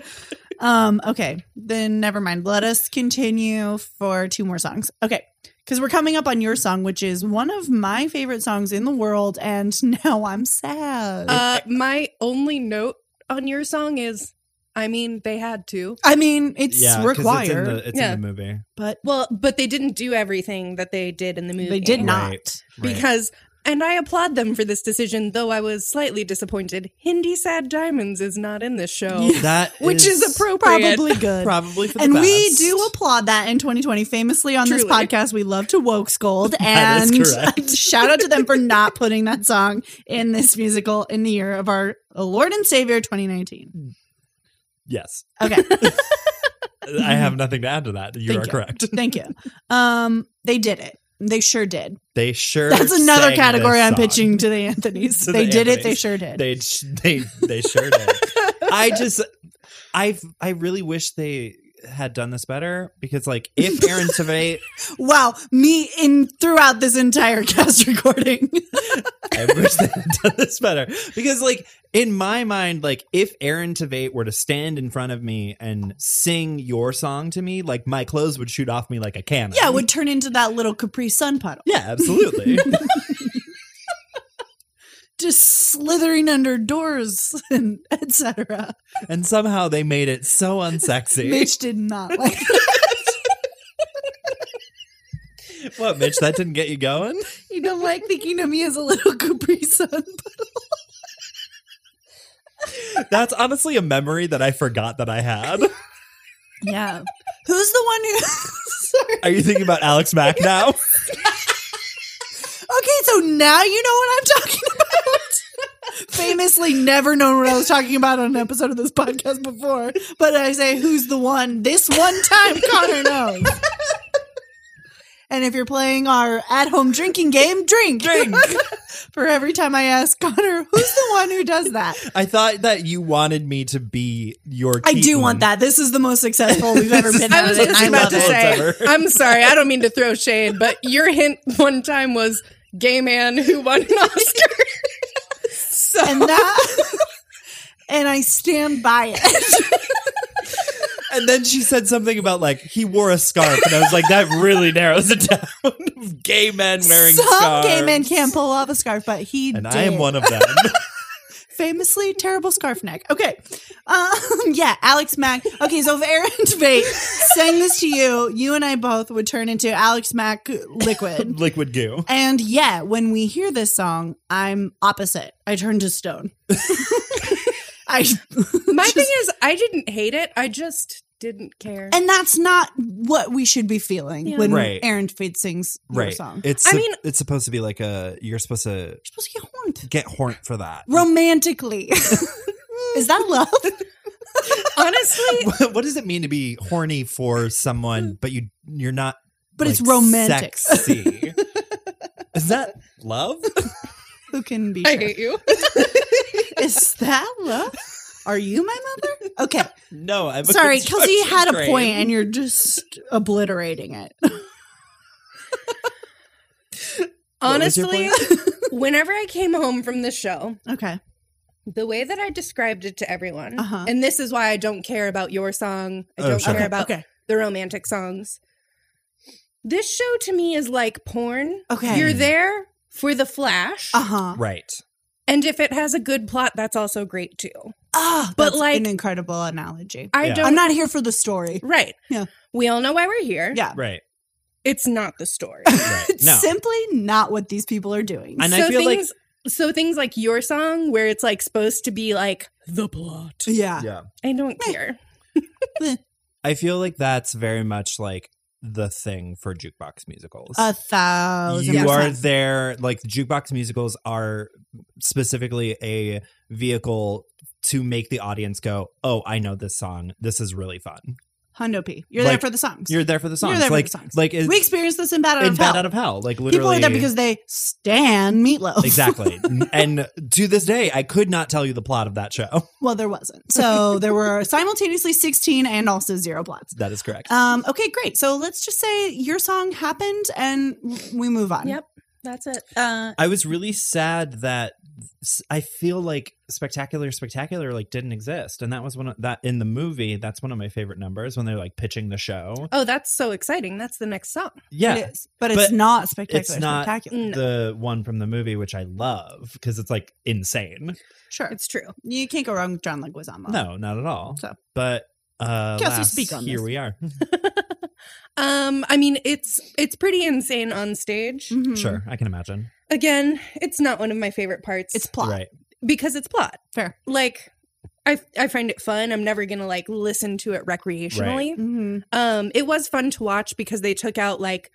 A: Um, okay, then never mind. Let us continue for two more songs. Okay. Because we're coming up on your song, which is one of my favorite songs in the world, and (laughs) now I'm sad.
C: Uh, my only note on your song is, I mean, they had to.
A: I mean, it's
B: 'cause
A: required,
B: It's in the, it's
C: Yeah.
B: in the movie.
A: but
C: Well, but they didn't do everything that they did in the movie.
A: they did not.
B: Right.
C: because and I applaud them for this decision, though I was slightly disappointed. Hindi Sad Diamonds is not in this show,
A: Yeah.
B: that
C: which is, appropriate.
A: Probably good.
B: probably for the
A: and we
B: best.
A: do applaud that in 2020 famously on this
C: Truly.
A: podcast we love to wokes gold
B: That is
A: and
B: correct.
A: (laughs) shout out to them for not putting that song in this musical in the year of our lord and savior 2019
B: yes.
A: okay
B: I (laughs) have nothing to add to that. You
A: Thank
B: are
A: you.
B: correct.
A: thank you um they did it they sure did
B: They sure.
A: that's another
B: sang
A: category
B: this
A: i'm
B: song.
A: pitching to the anthonys
B: To
A: they
B: the
A: did it they
B: Anthonys.
A: sure did
B: They sh- (laughs) they they sure did. (laughs) I just I I really wish they had done this better because like if (laughs) Aaron Tveit,
A: wow me in throughout this entire (laughs) cast recording
B: I wish they had done this better because like in my mind like if Aaron Tveit were to stand in front of me and sing your song to me like my clothes would shoot off me like a cannon.
A: yeah it (laughs) would turn into that little capri sun puddle
B: yeah, (laughs) absolutely.
A: just slithering under doors (laughs) and etc.
B: and somehow they made it so unsexy.
A: Mitch did not like.
B: (laughs) What, Mitch? That didn't get you (laughs) going?
A: You don't like thinking of me as a little Capri Sun.
B: That's honestly a memory that I forgot that I had.
A: Yeah. (laughs) Who's the one who? (laughs) Sorry.
B: Are you thinking about Alex Mack (laughs) now?
A: Okay, so now you know what I'm talking (laughs) about. Famously, never known what I was talking about on an episode of this podcast before, but I say, "Who's the one?" This one time, Connor (laughs) knows. And if you're playing our at-home drinking game, drink,
B: Drink.
A: (laughs) For every time I ask Connor, who's the one who does that?
B: I thought that you wanted me to be your.
A: I do
B: Keaton.
A: want that. This is the most successful we've ever been.
C: I
A: at
C: was
A: it, and
C: just
A: (laughs) I
C: about
A: love
C: to
A: it.
C: say,
B: Whatever.
C: (laughs) I'm sorry, I don't mean to throw shade, but your hint one time was gay man who won
A: (laughs)
C: an Oscar. so
A: and that, and I stand by it.
B: And then she said something about like he wore a scarf, and I was like, that really narrows it (laughs) down. gay men wearing
A: Some
B: scarves.
A: gay men can't pull off a scarf, but he
B: and
A: did.
B: I am one of
A: (laughs)
B: them.
A: famously terrible scarf neck. Okay, um, (laughs) yeah, Alex Mack. Okay, so if Aaron (laughs) Tveit sang this to you, you and I both would turn into Alex Mack
C: (laughs)
A: liquid.
B: Liquid goo.
A: And yeah, when we hear this song, I'm opposite. I turn to
C: (laughs)
A: stone. I
C: my thing is, I didn't hate it. I just didn't care.
A: And that's not what we should be feeling
C: Yeah.
A: when
B: Right.
A: Aaron Fade sings your
B: right.
A: song.
B: It's
C: I
B: sup-
C: mean-
B: it's supposed to be like a you're supposed to
A: You're supposed to get horned
B: get horned for that.
A: romantically. Is that love? (laughs)
B: (laughs)
C: Honestly,
B: What- what does it mean to be horny for someone, but you you're not?
A: But it's
B: like,
A: romantic. (laughs)
B: Sexy. Is that love?
A: Who can be?
C: I
A: sure?
C: hate you.
A: Is that love? Are you my mother?
B: (laughs)
A: Okay.
B: No, I'm a
A: Sorry, Kelsey
B: construction
A: had a
B: crane.
A: point and you're just obliterating it.
B: What was your
C: Honestly, (laughs) whenever I came home from the show,
A: Okay.
C: the way that I described it to everyone,
A: Uh-huh.
C: and this is why I don't care about your song, I
B: Oh,
C: don't
B: sure.
C: care
A: okay.
C: about
A: okay.
C: the romantic songs. This show to me is like porn.
A: Okay.
C: You're there for the flash,
A: Uh huh. (laughs)
B: right?
C: and if it has a good plot, that's also great too.
A: Ah,
C: But,
A: but like
C: like-
A: an incredible analogy.
C: I
B: Yeah.
C: don't.
A: I'm not here for the story.
C: right.
A: Yeah.
C: We all know why we're here.
A: Yeah.
B: Right.
C: It's not the
A: (laughs)
C: story.
B: Right.
A: It's
B: No.
A: simply not what these people are doing.
B: And I
C: so
B: feel like-
C: things, so things like your song, where it's like supposed to be like the plot.
A: yeah.
B: Yeah.
C: I don't
A: Meh.
C: care.
B: I feel like that's very much like the thing for jukebox musicals.
A: A thousand
B: you are
A: percent.
B: there like jukebox musicals are specifically a vehicle to make the audience go, "Oh, I know this song. This is really fun."
A: Hundo P. You're there
B: Like,
A: for the songs.
B: You're there for the songs.
A: there for
B: like
A: the songs.
B: like it's
A: we experienced this in Bad Out
B: in
A: of Hell.
B: Bad Out of Hell. Like
A: people
B: literally
A: are there because (laughs) they stan meatloaf.
B: (laughs) Exactly. and to this day, I could not tell you the plot of that show.
A: (laughs)
B: (laughs)
A: Well, there wasn't. So there were simultaneously 16 and also zero plots.
B: That is correct.
A: Um, okay, great. So let's just say your song happened and we move on.
C: Yep. That's it.
A: Uh,
B: I was really sad that s- I feel like spectacular, spectacular like didn't exist, and that was one of that in the movie. That's one of my favorite numbers when they're like pitching the show.
C: Oh, that's so exciting. That's the next song.
B: Yeah,
A: it is, but it's
B: But
A: not spectacular.
B: it's not-
A: spectacular.
C: No,
B: the one from the movie which I love because it's like insane.
A: Sure.
C: it's true.
A: you can't go wrong with John Leguizamo.
B: No, not at all.
A: So.
B: But uh,
A: Kelsey,
B: alas,
A: speak on
B: here
A: this. Hmm.
B: we are.
C: Um, I mean, it's it's pretty insane on stage.
A: Mhm.
B: Sure, I can imagine.
C: Again, it's not one of my favorite parts.
A: It's plot.
B: Right.
C: because it's plot.
A: Fair.
C: Like, I I find it fun. I'm never gonna like listen to it recreationally.
A: Mhm.
C: Um, it was fun to watch because they took out like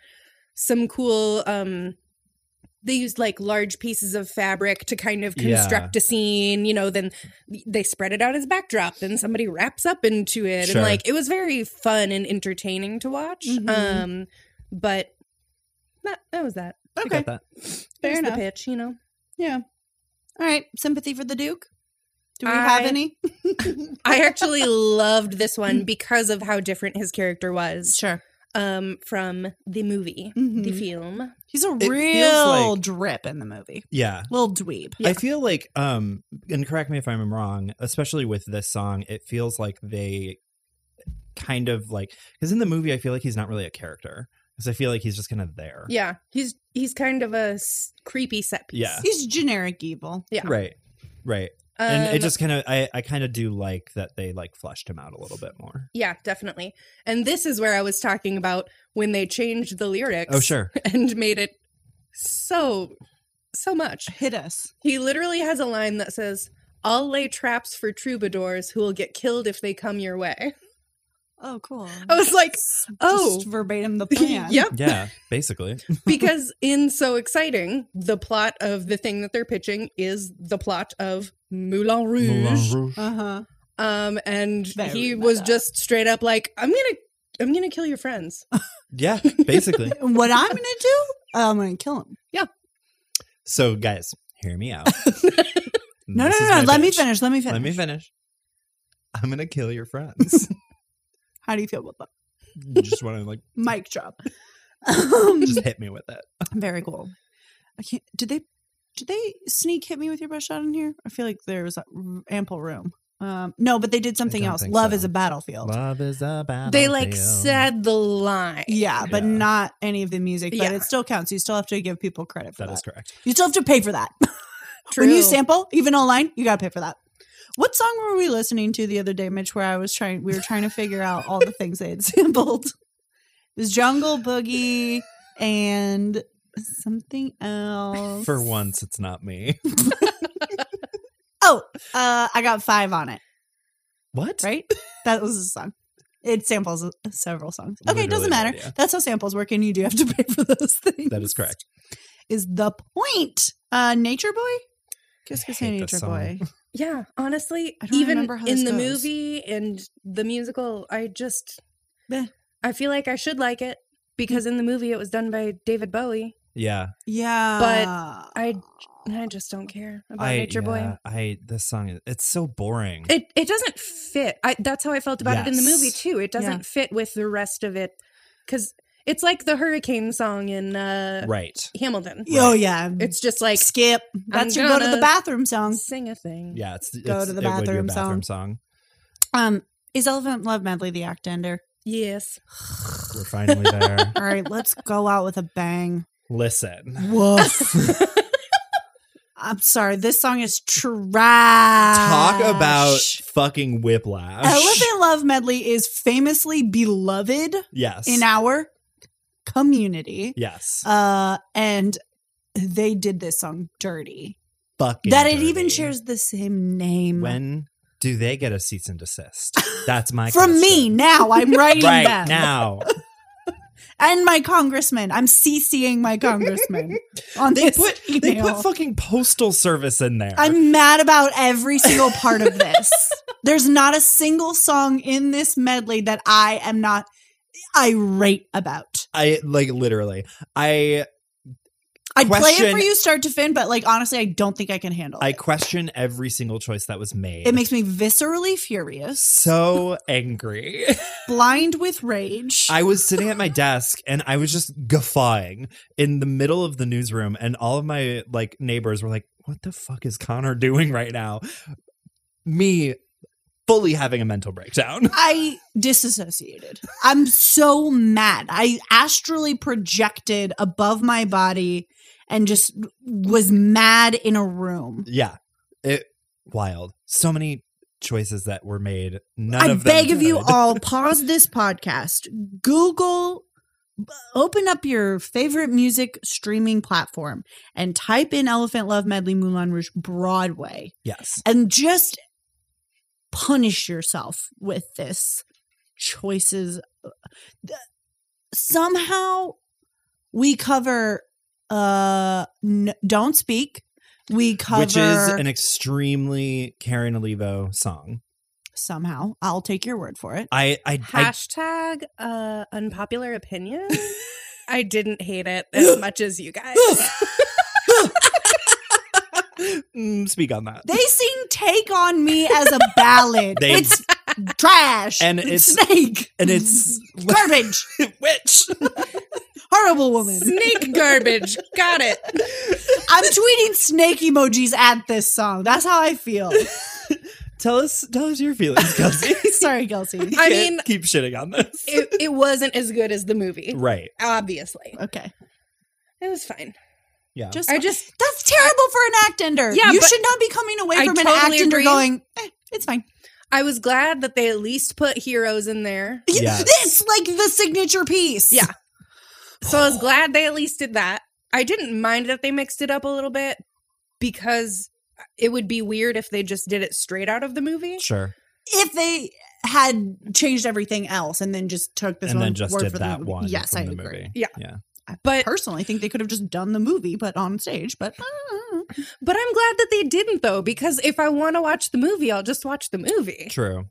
C: some cool. Um, they used like large pieces of fabric to kind of
B: Yeah.
C: construct a scene. You know, then they spread it out as backdrop. Then somebody wraps up into it,
B: Sure.
C: and like it was very fun and entertaining to watch.
A: Mhm.
C: Um, but that that was that.
B: I got
A: Okay.
B: that.
A: Fair
C: There's
A: enough.
C: the pitch, you know.
A: All right. Sympathy for the Duke. Do we
C: I-
A: have any?
C: I actually loved this one because of how different his character
A: (laughs)
C: was.
A: Sure.
C: um from the movie the
A: Mhm.
C: film
A: He's a
B: feels
A: real
B: like-
A: drip in the movie.
B: Yeah.
A: Little dweeb.
B: I feel like, um, and correct me if I'm wrong, especially with this song, it feels like they kind of like because in the movie, I feel like he's not really a character because I feel like he's just kind of there.
C: yeah he's he's kind of a s- creepy set piece
B: Yeah.
A: He's generic evil.
C: yeah
B: Right. Right.
C: um,
B: and it just kind of, I, I kind of do like that they like fleshed him out a little bit more.
C: yeah definitely and this is where i was talking about when they changed the lyrics
B: Oh, sure.
C: (laughs) and made it so so much
A: Hit us.
C: he literally has a line that says i'll lay traps for troubadours who will get killed if they come your way
A: Oh, cool.
C: i was like oh.
A: Just verbatim (laughs) the plan.
C: (laughs) yep
B: Yeah.
A: (laughs)
B: Basically.
C: because in so exciting the plot of the thing that they're pitching is the plot of moulin rouge,
B: Moulin Rouge.
A: Uh huh.
C: um and
A: Very
C: he
A: meta.
C: was just straight up like i'm gonna i'm gonna kill your friends
B: Yeah. Basically.
A: And what I'm going to do, I'm going to kill him.
B: so, guys, hear me out.
A: (laughs) No,
B: This
A: no,
B: is
A: no,
B: my
A: no. Let me
B: pitch.
A: finish. Let me finish.
B: Let me finish. I'm going to kill
A: (laughs)
B: your friends.
A: How do you feel about that?
B: you just want to like,
A: Mic drop. Um,
B: just hit me with it.
A: (laughs) very cool. I can't. Did they? Did they sneak hit me with your best shot in here? I feel like there was uh, r- ample room. Um, no, but they did something
B: don't
A: else.
B: think
A: Love
B: so.
A: is a battlefield.
B: Love is a battlefield.
C: they like said the line
A: Yeah, but
B: Yeah.
A: not any of the music. But
C: Yeah.
A: it still counts. You still have to give people credit for that.
B: That is correct.
A: you still have to pay for that. (laughs)
C: True.
A: when you sample, even online, you gotta pay for that. What song were we listening to the other day, Mitch? Where I was trying, we were trying to figure out all the things they had (laughs) sampled. It was Jungle Boogie and something else.
B: For once, it's not me. (laughs)
A: Oh, uh, I got five on it.
B: What?
A: Right, that was the song. It samples uh, several songs. Okay,
B: Literally
A: doesn't matter.
B: no idea.
A: That's how samples work, and you do have to (laughs) pay for those things.
B: That is correct.
A: Is the point? Uh, Nature Boy. Kiss Kiss Hey
B: hate
A: Nature
B: this
A: Boy.
C: Yeah, honestly,
A: I don't
C: even
A: remember how this
C: in the
A: goes.
C: movie and the musical, I just
A: Meh. Mm.
C: I feel like I should like it because in the movie it was done by David Bowie.
B: Yeah.
A: Yeah,
C: I and I just don't care about
B: I,
C: Nature Boy.
B: yeah, I, this song is, it's so boring.
C: It it doesn't fit. I that's how I felt about it in the movie
B: Yes.
C: too. It doesn't
A: Yeah.
C: fit with the rest of it cuz it's like the hurricane song in uh
B: right.
C: Hamilton.
A: oh yeah,
C: It's just like
A: skip. That's
C: I'm
A: your go to the
C: gonna-
A: bathroom song.
C: sing a thing.
B: Yeah. It's, it's
A: Go to the
B: it would be a
A: bathroom song.
B: bathroom song.
A: Um, is Elephant Love Medley the act ender?
C: (laughs) Yes.
A: (laughs)
B: We're finally there.
A: (sighs) All right, let's go out with a bang.
B: Listen.
A: Woof. (laughs) I'm sorry, this song is
B: Talk
A: trash.
B: about fucking whiplash.
A: Elephant Love Medley is famously beloved
B: (laughs) Yes.
A: in our community.
B: yes.
A: Uh, and they did this song dirty.
B: Fucking
A: that it even
B: dirty.
A: shares the same uh, name.
B: When do they get a cease and desist? That's my
A: From me
B: question.
A: now,
B: (laughs)
A: I'm writing
B: right
A: them. (laughs)
B: now.
A: And my congressman. I'm CCing my
B: (laughs)
A: congressman on
B: They
A: this
B: put
A: email.
B: they put fucking postal service in there.
A: I'm mad about every single part of
B: (laughs)
A: this. There's not a single song in this medley that I am not irate about.
B: I like literally. I
A: I'd play it
B: Question-
A: for you start to fin, but like honestly, I don't think I can handle
B: I
A: it.
B: question every single choice that was made.
A: It makes me viscerally furious,
B: so
A: (laughs)
B: angry.
A: blind with rage.
B: I was sitting at my desk and I was just guffawing in the middle of the newsroom, and all of my like neighbors were like, "What the fuck is Connor doing right now?" Me fully having a mental breakdown. (laughs)
A: I disassociated. I'm so mad. I astrally projected above my body and just was mad in a room.
B: yeah, it wild. So many choices that were made. None
A: I
B: of them
A: beg of you
B: good. (laughs)
A: all, pause this podcast. Google, open up your favorite music streaming platform and type in Elephant Love Medley Moulin Rouge Broadway
B: Yes,
A: and just punish yourself with this choices. Somehow we cover uh n- Don't Speak. We cover
B: which is an extremely Karen Olivo song.
A: somehow. I'll take your word for it.
B: I I, I
C: Hashtag uh, unpopular (laughs) opinion. I didn't hate (laughs) it as much as you (laughs) guys.
B: Mm, speak on that.
A: They sing "Take on Me" as a ballad.
B: (laughs) They-
A: it's trash
B: And it's-
A: snake (laughs)
B: and (laughs) it's
A: garbage.
B: witch.
A: Horrible woman.
C: Snake garbage. Got it.
A: I'm tweeting snake emojis at this song. That's how I
B: (laughs)
A: feel.
B: Tell us tell us your feelings,
A: (laughs)
B: Kelsey.
A: Sorry, Kelsey.
C: I
B: Can't
C: mean,
B: keep shitting on this.
C: it, it wasn't as good as the movie.
B: right.
C: Obviously,
A: Okay,
C: it was fine.
B: Yeah.
A: just
C: I just
A: that's terrible for an act ender.
C: Yeah,
A: you
C: but-
A: should not be coming away
C: I
A: from an
C: totally
A: act ender
C: agree.
A: going. "Eh, it's fine. (laughs)
C: I was glad that they at least put heroes in there.
B: Yes.
A: It's like the signature piece.
C: Yeah. So I was glad they at least did that. I didn't mind that they mixed it up a little bit because it would be weird if they just did it straight out of the movie.
B: sure.
A: If they had changed everything else and then just took this
B: and
A: one
B: then just
A: word
B: did
A: for the
B: that
A: movie.
B: one.
A: Yes,
B: from
A: I
B: the
A: agree.
B: Movie.
C: Yeah.
B: Yeah.
C: But
A: personally think they could have just done the movie but on stage but uh,
C: But I'm glad that they didn't though, because if I want to watch the movie, I'll just watch the movie.
B: True.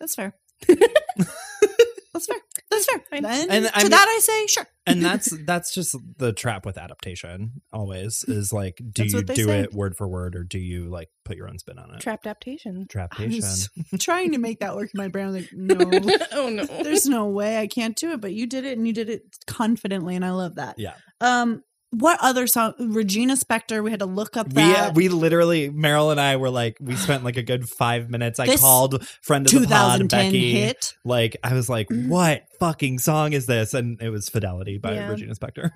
A: that's fair
B: (laughs)
A: that's fair that's fair
C: Fine.
A: Then
B: And
A: to
B: I'm-
A: that i say sure
B: And
A: (laughs)
B: that's that's just the trap with adaptation always is like do
A: That's
B: you
A: what they
B: do
A: say.
B: it word for word or do you like put your own spin on it?
C: Trapped adaptation.
A: i was
B: Traptation.
A: trying to make that work in my brain I
B: (laughs)
A: was like no
C: (laughs) oh no.
A: (laughs) there's no way i can't do it but you did it and you did it confidently and i love that
B: Yeah.
A: um what other song regina Spektor. we had to look up
B: We uh,
A: that
B: we literally Meryl and I were like we spent like a good five minutes. I
A: This
B: called friend of the pod
A: 2010
B: Becky.
A: hit
B: Like I was like,
A: Mm.
B: what fucking song is this? And it was Fidelity by
C: Yeah.
B: Regina Spektor.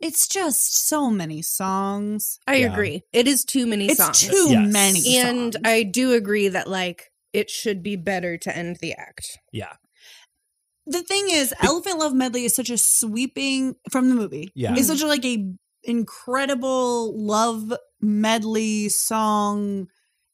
A: it's just so many songs
C: I
B: Yeah.
C: agree. It is too many
A: it's
C: songs.
A: too
B: Yes.
A: many
C: and
A: songs.
C: I do agree that like it should be better to end the act.
B: Yeah.
A: the thing is elephant love medley is such a sweeping from the movie
B: Yeah.
A: it's such a, like a incredible love medley song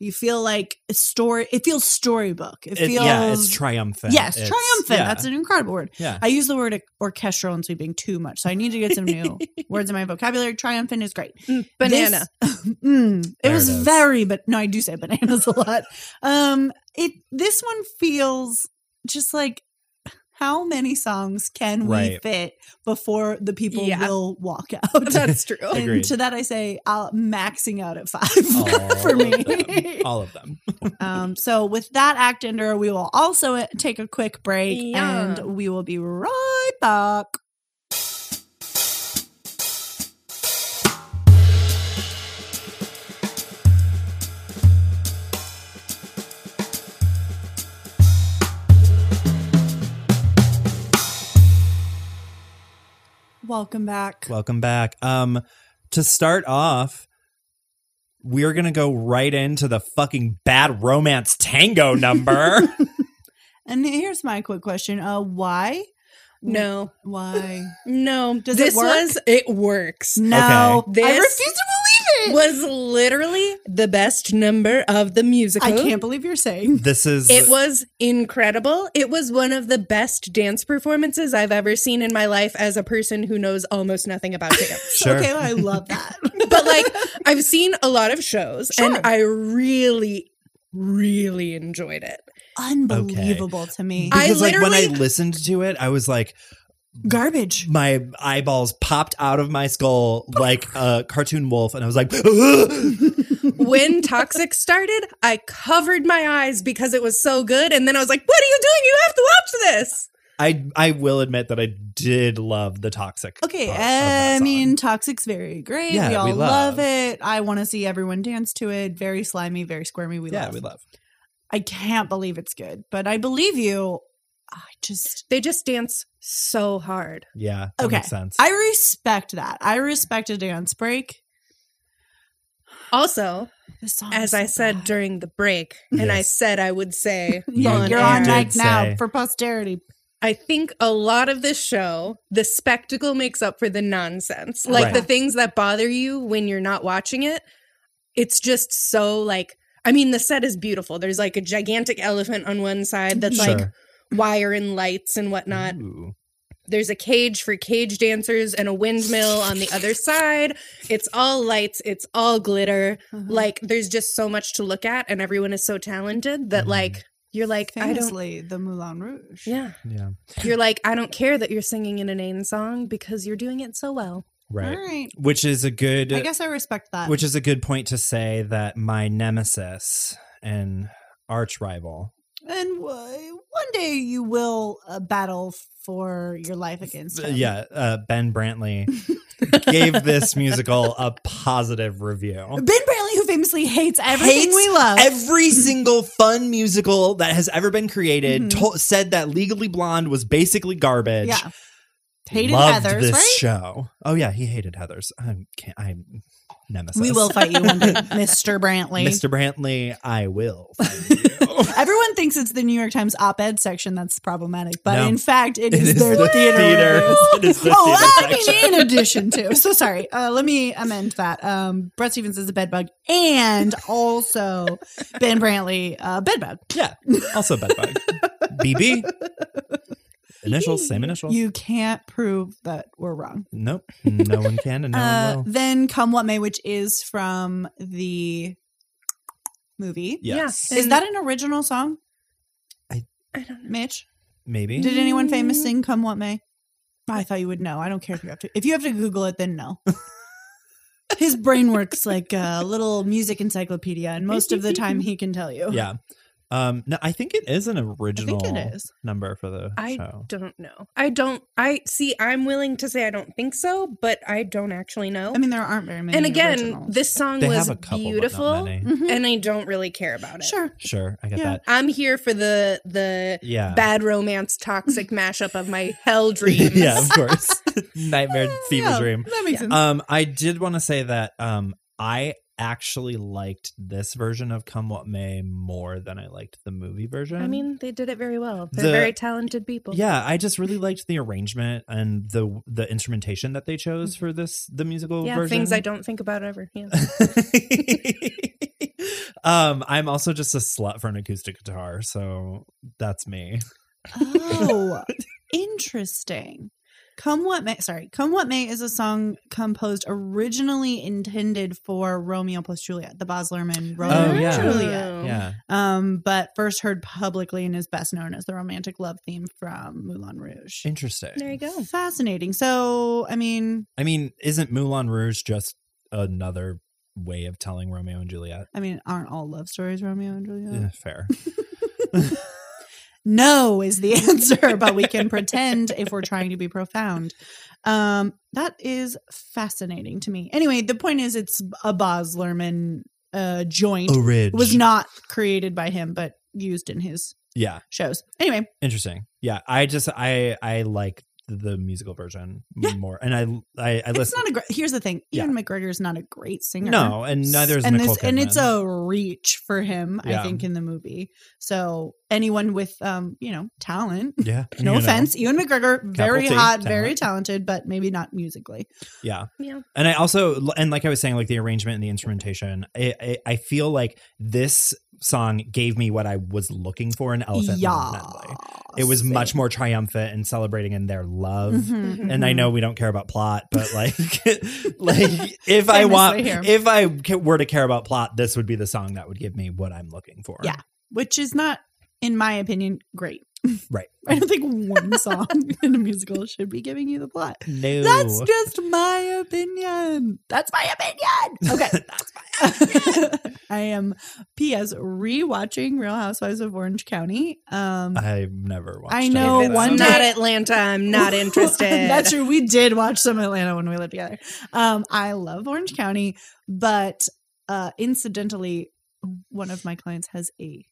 A: You feel like a story. It feels storybook. It,
B: It-
A: feels
B: yeah, it's triumphant.
A: yes,
B: It's-
A: triumphant.
B: yeah,
A: That's an incredible word. (laughs)
B: yeah.
A: I use the word orchestral in sweeping too much, so I need to get some
B: (laughs)
C: (laughs)
A: new words in my vocabulary. Triumphant is great.
C: Mm, Banana.
A: (laughs) Mm, it
B: There
A: was
B: it is.
A: very, but no, I do say bananas a lot. Um, it this one feels just like how many songs can we
B: Right.
A: fit before the people
C: Yeah.
A: will walk (laughs) out?
C: (laughs) That's true.
A: And
B: Agreed.
A: to that, I say uh, maxing out at five
B: All
A: for
B: of them.
A: me.
B: All of them.
A: um, so with that act ender, we will also uh, take a quick break,
C: Yeah.
A: and we will be right back. Welcome back.
B: Welcome back. Um, to start off, we're gonna go right into the fucking bad romance tango number.
A: (laughs) And here's my quick question: Uh, why?
C: No, (laughs)
A: Why?
C: no.
A: Does it
C: this
A: work?
C: was it works.
A: No, I
C: This-
A: refuse to believe it.
C: Was literally the best number of the musical.
A: I can't believe you're (laughs) saying.
B: this is
C: It was incredible. It was one of the best dance performances I've ever seen in my life as a person who knows almost
A: (laughs)
C: nothing about dance.
B: sure.
A: Okay, I love
B: (laughs)
A: that.
C: but like I've seen a lot of shows
A: Sure.
C: and I really really enjoyed it.
A: Unbelievable to me.
C: I
B: Because like when I
C: literally-
B: listened to it, I was like,
A: Garbage.
B: my eyeballs popped out of my skull like a cartoon wolf, and I
A: (laughs)
B: was like, (gasps) "Ugh."
C: When Toxic started, I covered my eyes because it was so good and then I was like, "What are you doing? You have to watch this."
B: I I will admit that I did love the toxic.
A: Okay,
B: part of that
A: I
B: song.
A: mean, Toxic's very great.
B: oh, Yeah,
A: we all
B: we
A: love.
B: love.
A: it. I want to see everyone dance to it. Very slimy, very squirmy. We
B: yeah,
A: love.
B: we love.
A: I can't believe it's good, but I believe you. I just,
C: They just dance so hard.
B: Yeah, that
A: Okay.
B: makes sense.
A: I respect that. I respect a dance break.
C: Also,
A: This song
C: as
A: is
C: I
A: Oh, so
C: said
A: bad.
C: during the break, and I
B: Yes.
C: said I would say
A: yeah, (laughs)
B: You
A: you're on
B: did
A: mic now
B: say-
A: for posterity.
C: I think a lot of this show, the spectacle makes up for the nonsense. Like
B: Right.
C: the things that bother you when you're not watching it. It's just so like I mean the set is beautiful. There's like a gigantic elephant on one side that's like
B: Mm-hmm. Sure. Mm-hmm.
C: wire and lights and whatnot.
B: Ooh.
C: There's a cage for cage dancers and a windmill on the other side. It's all lights, it's all glitter. Like there's just so much to look at and everyone is so talented that
B: Mhm.
C: like you're like I don't
A: famously, the Moulin Rouge.
C: yeah.
B: Yeah,
C: You're like, I don't care that you're singing an inane song because you're doing it so well.
B: right.
A: All right.
B: Which is a good.
A: I guess I respect that.
B: Which is a good point to say that my nemesis and arch rival.
A: and w- one day you will uh, battle for your life against him.
B: Yeah, uh,
A: (laughs)
B: Ben Brantley gave this musical a positive review.
A: Ben Brantley, who famously hates everything
B: Hates
A: we love.
B: Every single fun musical that has ever been created
A: Mhm.
B: to- said that Legally Blonde was basically garbage.
A: yeah. Hated
B: Loved
A: Heathers,
B: this
A: right?
B: show. Oh yeah, he hated Heather's. I'm, can't, I'm nemesis.
A: we will fight you one
B: (laughs)
A: day, Mr. Brantley.
B: Mr. Brantley. I will.
A: (laughs)
B: find you.
A: Everyone thinks it's the New York Times op-ed section that's problematic, but
B: No.
A: in fact, it
B: It
A: is,
B: is
A: their
B: the
A: theater.
B: theater. (laughs)
A: review.
B: It is the
A: oh,
B: theater
A: I
B: (laughs)
A: mean, in addition to. So sorry. Uh, let me amend that. Um, Brett Stevens is a bedbug, and also Ben Brantley, uh, bedbug.
B: Yeah. Also bedbug.
A: (laughs)
B: BB. Initials, same initial.
A: You can't prove that we're wrong.
B: nope. No one can and no
A: uh,
B: one will.
A: Then come what may, which is from the movie.
B: Yes.
C: yeah.
A: Is that an original song,
C: I don't know.
A: Mitch?
B: Maybe.
A: Did anyone famous
C: Mm.
A: sing "Come What May"? I thought you would know. I don't care if you have to. If you have to Google it, then
B: (laughs)
A: no. His brain works like a little music encyclopedia, and most of the
C: (laughs)
A: time he can tell you.
B: yeah. Um, no, I think it is an
A: I
B: original
A: think it is.
B: number for the
C: I
B: show.
C: don't know. I don't. I see. I'm willing to say I don't think so, but I don't actually know.
A: I mean, there aren't very many.
C: and again,
A: originals.
C: this song
B: They
C: was
B: have a couple, but not
C: beautiful,
B: many.
A: Mhm.
C: and I don't really care about it.
A: sure,
B: Sure, I get
A: Yeah.
B: that.
C: I'm here for the the
B: Yeah.
C: bad romance,
A: (laughs)
C: toxic mashup of my
B: (laughs)
C: hell dreams.
B: yeah, of course. Nightmare fever
A: Yeah,
B: dream.
A: That makes
C: Yeah.
A: sense.
B: Um, I did want to say that um, I actually liked this version of Come What May more than I liked the movie version.
C: I mean, they did it very well. They're
B: The-
C: very talented people.
B: Yeah, I just really liked the arrangement and the the instrumentation that they chose for this the musical
C: Mm-hmm. Yeah,
B: version.
C: things I don't think about ever. Yeah.
B: don't. (laughs) Um, I'm also just a slut for an acoustic guitar, so that's me. (laughs)
A: Oh, interesting. Come what may, sorry, come what may is a song composed originally intended for Romeo plus Juliet, the Baz Luhrmann Romeo
B: Oh,
A: and
B: yeah.
A: Juliet,
C: Oh.
B: Yeah.
A: um, but first heard publicly and is best known as the romantic love theme from Moulin Rouge.
B: Interesting.
C: There you go.
A: Fascinating. So, I mean,
B: I mean, isn't Moulin Rouge just another way of telling Romeo and Juliet?
A: I mean, aren't all love stories Romeo and
C: Uh,
A: Juliet?
B: Eh,
C: (laughs)
B: fair.
A: No is the (laughs) answer, but we
B: (laughs)
A: can pretend if we're trying to be profound. Um, that is fascinating to me. Anyway, the point is, it's a Boz Lerman uh, joint.
B: Oh, Ridge.
A: It was not created by him, but used in his
B: Yeah.
A: shows. Anyway,
B: Interesting. Yeah. I just I I like the musical version
A: Yeah.
B: more, and I I, I
A: it's
B: listen.
A: not a great. Here's the thing: Ian McGregor is not a great singer.
B: No, and neither is
A: and
B: Nicole
A: this, and it's
B: Kidman.
A: a reach for him,
B: Yeah.
A: I think, in the movie. So anyone with, um, you know, talent.
B: yeah.
A: (laughs) No
B: you know.
A: offense, Ian McGregor, very
B: T,
A: hot,
B: talent.
A: very talented, but maybe not musically.
B: Yeah.
C: Yeah.
B: And I also, and like I was saying, like the arrangement and the instrumentation, I, I, I feel like this song gave me what I was looking for in Elephant Land Medley. It was much more triumphant and celebrating in their love.
A: Mhm,
B: And I
A: mhm.
B: know we don't care about plot, but like, (laughs) like if I want,
A: Famously here.
B: if I ca- were to care about plot, this would be the song that would give me what I'm looking for.
A: Yeah. Mm-hmm. which is not, in my opinion, great. (laughs)
B: Right.
A: I don't think
B: (laughs)
A: one song in a musical should be giving you the plot.
B: No.
A: That's just my opinion. That's my opinion.
B: (laughs)
A: Okay.
B: That's fine.
A: (laughs) I am P.S. rewatching Real Housewives of Orange County. Um,
B: I've never watched.
A: I
B: it.
A: know
C: If it's
A: one
C: not
A: day-
C: Atlanta.
A: (laughs)
C: I'm not interested.
A: That's true. We did watch some Atlanta when we lived together. Um, I love Orange County, but uh, incidentally, one of my clients has a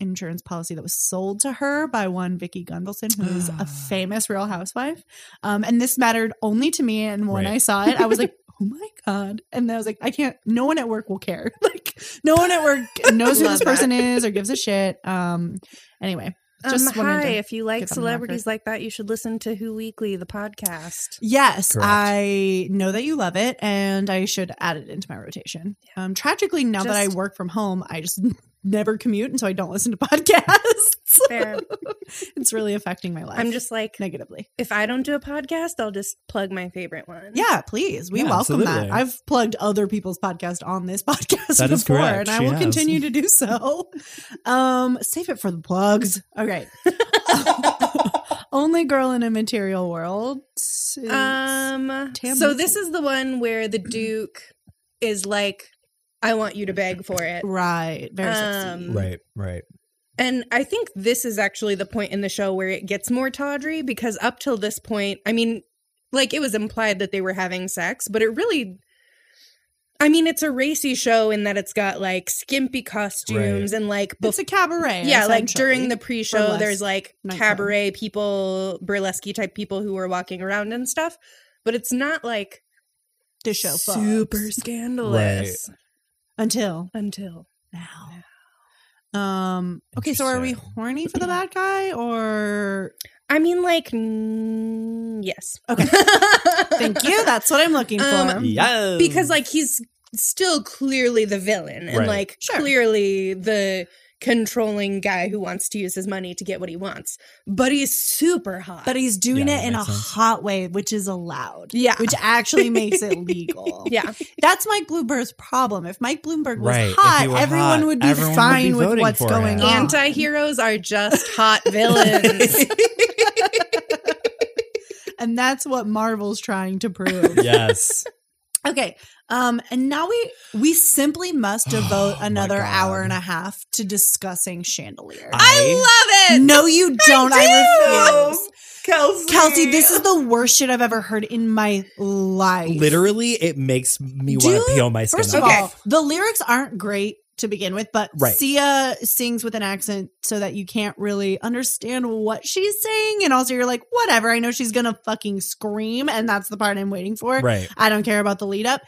A: insurance policy that was sold to her by one Vicky Gunvalson, who
C: Ah.
A: is a famous Real Housewife. Um, and this mattered only to me. And when
B: Right.
A: I saw it, I was like. Oh my god! And I was like, I can't. No one at work will care. (laughs) Like, no one at
C: (laughs)
A: work knows who
C: Love
A: this
C: that.
A: person is or gives a shit. Um. Anyway,
C: Um,
A: Just wanted
C: hi,
A: to
C: if you like
A: get on the
C: celebrities like that, you should listen to Who Weekly,
A: (laughs)
C: the podcast.
A: Yes,
B: Correct.
A: I know that you love it, and I should add it into my rotation. Um, tragically, now that I
C: Just-
A: work from home, I just never commute, and so I don't listen to (laughs) podcasts.
C: Fair.
A: it's really affecting my life.
C: I'm just like,
A: negatively.
C: if I don't do a podcast, I'll just plug my favorite one.
A: Yeah, please. We
B: Yeah,
A: welcome
B: absolutely.
A: that. I've plugged other people's podcast on this (laughs) podcast
B: That is
A: before,
B: correct.
A: and I
B: She
A: will
B: has.
A: continue to do
C: (laughs)
A: so. Um, save it for the plugs. Okay. (laughs) Only girl in a material world. is-
C: Um.
A: Tam
C: so
A: Wilson.
C: this is the one where the Duke is like, "I want you to beg for it,"
A: right. Very sexy.
C: um,
B: Right. Right.
C: and I think this is actually the point in the show where it gets more tawdry because up till this point, I mean, like it was implied that they were having sex, but it really. I mean, it's a racy show in that it's got like skimpy costumes and like before.
A: it's a cabaret.
C: yeah like
A: essentially.
C: during the pre-show
A: Burlesque
C: there's like
A: nightclub.
C: cabaret people burlesque type people who are walking around and stuff but it's not like
A: the show folks.
C: super scandalous
A: until
C: until
A: now. Um. Okay, so are we
B: Interesting.
A: horny for the bad guy
B: (laughs)
A: or?
C: i mean like mm, yes (laughs)
A: Okay. Thank you. That's what I'm looking for. (laughs)
C: Um,
B: Yeah.
C: because like he's still clearly the villain and
B: Right.
C: like
A: Sure.
C: clearly the controlling guy who wants to use his money to get what he wants but he's super hot
A: but he's doing
B: Yeah,
A: it
B: that
A: in a
B: makes sense.
A: hot way, which is allowed.
C: yeah
A: Which actually makes
B: (laughs)
A: it legal. (laughs)
C: yeah
A: That's Mike Bloomberg's problem. If Mike Bloomberg was
B: Right, if
A: hot,
B: he were
A: everyone
B: hot,
A: would be
B: everyone would be
A: fine with
B: voting
A: what's
B: for
A: going
B: him.
A: on.
C: Anti-heroes are just
A: (laughs)
C: hot villains.
A: and that's what Marvel's trying to prove.
B: yes.
A: Okay. Um, and now we we simply must devote
B: (gasps) Oh, my
A: another
B: God.
A: hour and a half to discussing chandelier.
C: (laughs) I love
A: (gasps)
C: it.
A: no, you don't. I, refuse.
C: Kelsey.
A: Kelsey, this is the worst shit I've ever heard in my life.
B: Literally, it makes me want
A: Dude,
B: to peel my skin
A: First
B: off.
A: of
C: Okay.
A: all, the lyrics aren't great to begin with, but
B: Right.
A: Sia sings with an accent so that you can't really understand what she's saying. And also, you're like, whatever, I know she's going to fucking scream. And that's the part I'm waiting for.
B: right.
A: I don't care about the lead up.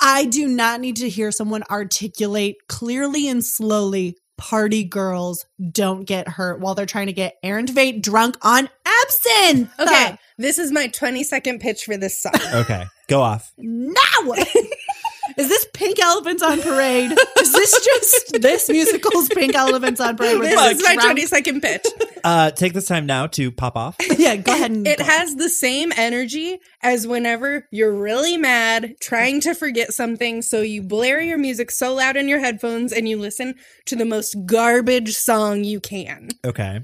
A: I do not need to hear someone articulate clearly and slowly party girls don't get hurt while they're trying to get Aaron Tveit drunk on absinthe. (laughs)
C: Okay, this is my 20 second pitch for this song.
B: Okay, go off.
A: No. (laughs) Is this Pink Elephants on Parade? Is this
C: (laughs)
A: just this musical's Pink Elephants on Parade? with
C: This is my
A: Trump?
C: 20 second pitch.
B: Uh, take this time now to pop off.
A: Yeah, go ahead and
C: It
A: go.
C: has the same energy as whenever you're really mad, trying to forget something, so you blare your music so loud in your headphones and you listen to the most garbage song you can.
B: Okay.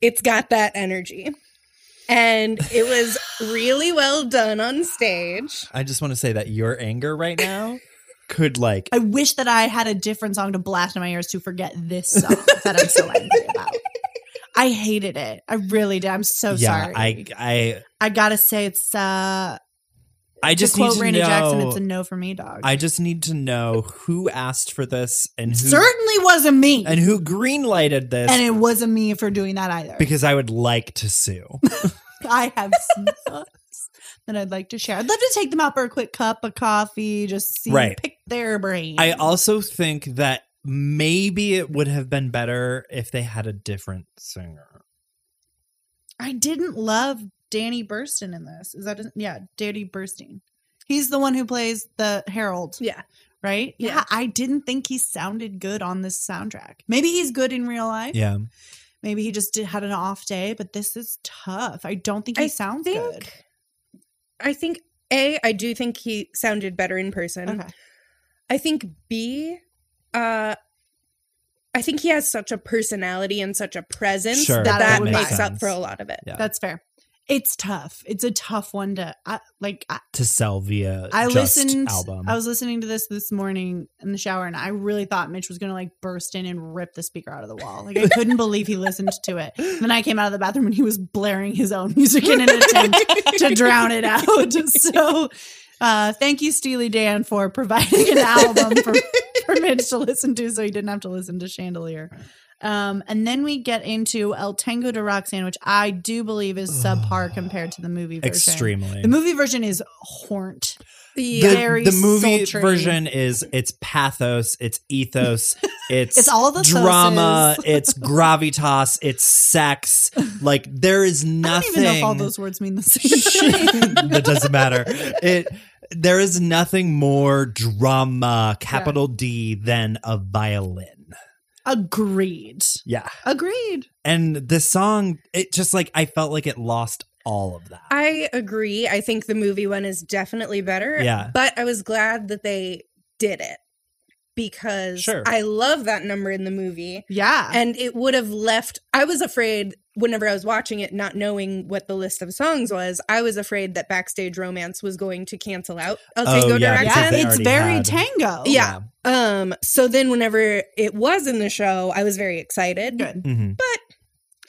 C: It's got that energy. And it was really well done on stage.
B: I just want to say that your anger right now could like
A: I wish that I had a different song to blast in my ears to forget this song that I'm so angry about. I hated it. I really did. I'm so
B: yeah,
A: sorry.
B: I I
A: I gotta say it's uh
B: I
A: to
B: just
A: quote
B: need to
A: Randy
B: know
A: Jackson, it's a no for me, dog.
B: I just need to know who asked for this and who
A: certainly wasn't me.
B: and who greenlighted this
A: And it wasn't me for doing that either.
B: because I would like
A: (laughs)
B: to sue.
A: I have some thoughts (laughs) that I'd like to share. I'd love to take them out for a quick cup of coffee, just see,
B: Right.
A: pick their brain.
B: I also think that maybe it would have been better if they had a different singer.
A: I didn't love Danny Burston in this. Is that his- yeah, Danny Bursting. He's the one who plays the Herald.
C: Yeah.
A: Right? Yeah.
C: Yeah.
A: I didn't think he sounded good on this soundtrack. Maybe he's good in real life.
B: Yeah.
A: Maybe he just did, had an off day, but this is tough. I don't think he
C: I
A: sounds
C: think
A: good.
C: I think A, I do think he sounded better in person.
A: Okay.
C: I think B, uh, I think he has such a personality and such a presence
B: Sure,
C: that
A: that
C: that,
A: would
C: makes
A: make
C: up
B: sense.
C: for a lot of it.
B: Yeah.
A: That's fair. It's tough. It's a tough one to I, like I,
B: To sell via
A: I
B: just
A: listened
B: album.
A: I was listening to this this morning in the shower and I really thought Mitch was going to like burst in and rip the speaker out of the wall. Like I
C: (laughs)
A: couldn't believe he listened to it. Then I came out of the bathroom and he was blaring his own music in an attempt to drown
C: (laughs)
A: it
B: (laughs)
A: out. So uh thank you Steely Dan for providing an album
B: (laughs)
A: for for Mitch to listen to so he didn't have to listen to Chandelier. Um, and then we get into El Tango de Roxanne, which I do believe is
B: (sighs)
A: subpar compared to the movie version.
B: Extremely.
A: The movie version is hornt.
C: The,
B: the,
A: very
B: the movie
A: sultry.
B: version is it's pathos, it's
A: (laughs)
B: ethos, it's,
A: It's all the (laughs)
B: drama,
A: sauces.
B: it's gravitas, it's sex. Like there is
A: I
B: nothing
A: don't even know if all those words mean the same thing.
B: (laughs) that doesn't matter. It there is nothing more drama, capital D, than a violin.
A: Agreed.
B: Yeah,
A: Agreed.
B: and this song, it just like I felt like it lost all of that.
C: I agree. I think the movie one is definitely better.
B: Yeah.
C: But I was glad that they did it because
B: Sure.
C: I love that number in the movie.
A: Yeah.
C: And it would have left. I was afraid whenever I was watching it, not knowing what the list of songs was, I was afraid that Backstage Romance was going to cancel out El
B: Oh,
C: Tango
B: yeah,
C: Direction.
B: because
A: yeah,
B: they
A: it's
B: already
A: very
B: had-
A: tango.
C: Yeah. Um, so then whenever it was in the show, I was very excited.
A: Good.
B: Mhm.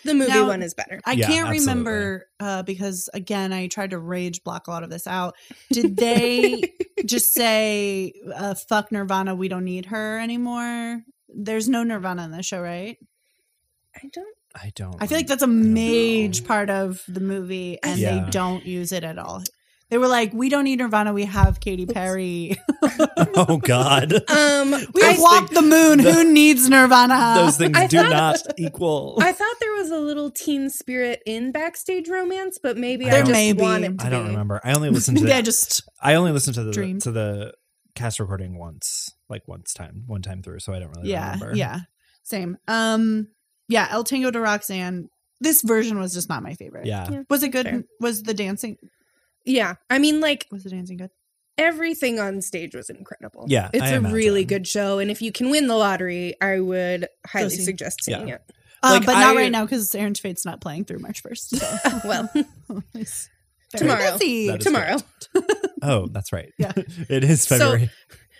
C: The movie
A: Now-
C: one is better.
A: I
B: Yeah,
A: can't
B: absolutely.
A: remember uh, because again I tried to rage block a lot of this out. Did they
B: (laughs)
A: just say uh, fuck Nirvana, we don't need her anymore? There's no Nirvana in the show, right?
C: I
A: (laughs)
C: don't
B: I don't.
A: I feel like that's a
B: don't know.
A: major part of the movie, and
B: Yeah.
A: they don't use it at all. They were like, "We don't need Nirvana. We have Katy
B: (laughs)
A: Perry. (laughs)
B: oh God.
C: um
A: We
C: I,
A: have Walk the Moon.
B: the-
A: Who needs Nirvana?" (laughs)
B: Those things
C: I
B: do
C: thought-
B: not equal.
C: I thought there was a little teen spirit in backstage romance, but maybe
B: There
C: I just
A: may be.
C: want it to
B: I don't
C: be.
B: remember. I
A: (laughs)
B: only listened to
A: Maybe I
B: the,
A: just
B: I only listened to the
A: Dream.
B: to the cast recording once, like once time, one time through. So I don't really
A: yeah
B: remember.
A: yeah same. Um yeah, El Tango de Roxanne. This version was just not my favorite.
B: yeah,
C: Yeah.
A: was it good?
C: Fair.
A: Was the dancing
C: Yeah. I mean like
A: was the dancing good?
C: everything on stage was incredible.
B: Yeah,
C: It's
B: I
C: a really
B: imagine.
C: good show. And if you can win the lottery, I would highly
A: see.
C: suggest seeing
B: Yeah.
C: it.
A: Uh,
B: Like,
A: but not
B: I-
A: right now because Aaron Fate's not playing through March first.
C: (laughs)
A: So.
B: (laughs)
C: Well,
A: Very
C: Tomorrow.
A: busy.
B: That is
C: tomorrow.
B: Oh, that's right.
A: Yeah.
B: (laughs) it is
C: So-
B: February.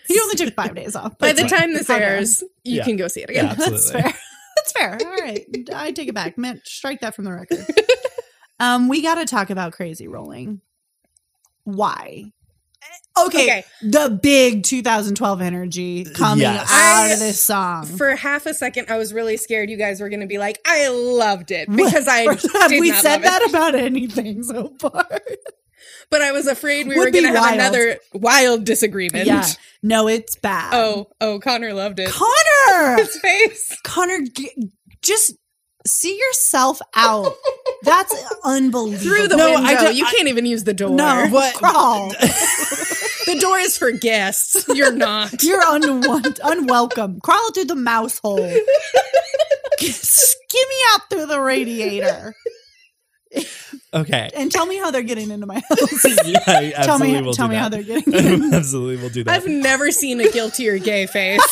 A: He only took five days off.
C: By
A: That's
C: the
A: fine.
C: time this
A: Calm down.
C: airs, you
B: Yeah.
C: can go see it
B: Yeah.
C: again.
A: (laughs) That's
B: absolutely.
A: fair. (laughs) That's fair. All right. I take it back. Man, strike that from the record. (laughs) Um, we got to talk about crazy rolling. Why? Okay,
C: Okay.
A: The big 2012 energy coming
B: Yes.
A: out
C: I-
A: of this song.
C: For half a second, I was really scared you guys were going to be like, I loved (laughs) it because I
A: (laughs) Have
C: did
A: we
C: not
A: said
C: love it.
A: that about anything so far?
C: but I was afraid we
A: Would
C: were going
A: be
C: to have
A: wild.
C: another wild disagreement.
A: yeah. No, it's bad.
C: (laughs) Oh, oh, Connor loved it.
A: Connor!
C: His (laughs) face.
A: Connor, g- just see yourself out That's unbelievable.
C: Through the
B: No,
C: window.
B: I don't-
C: you
B: I-
C: can't even use the
A: (laughs)
C: door. (laughs)
A: no,
B: What-
A: crawl.
C: The door is for guests. (laughs)
B: (laughs)
C: You're not.
A: You're unwanted, unwelcome. Crawl through the mouse hole. Skimmy out through the radiator
B: Okay.
A: and tell me how they're getting into my
B: (laughs)
A: house. (laughs)
B: Yeah, I
A: tell me,
B: absolutely will
A: tell
B: do
A: me
B: that.
A: how
B: (laughs)
A: they're getting. in. (laughs)
B: absolutely will do that.
C: I've never seen a guiltier gay face.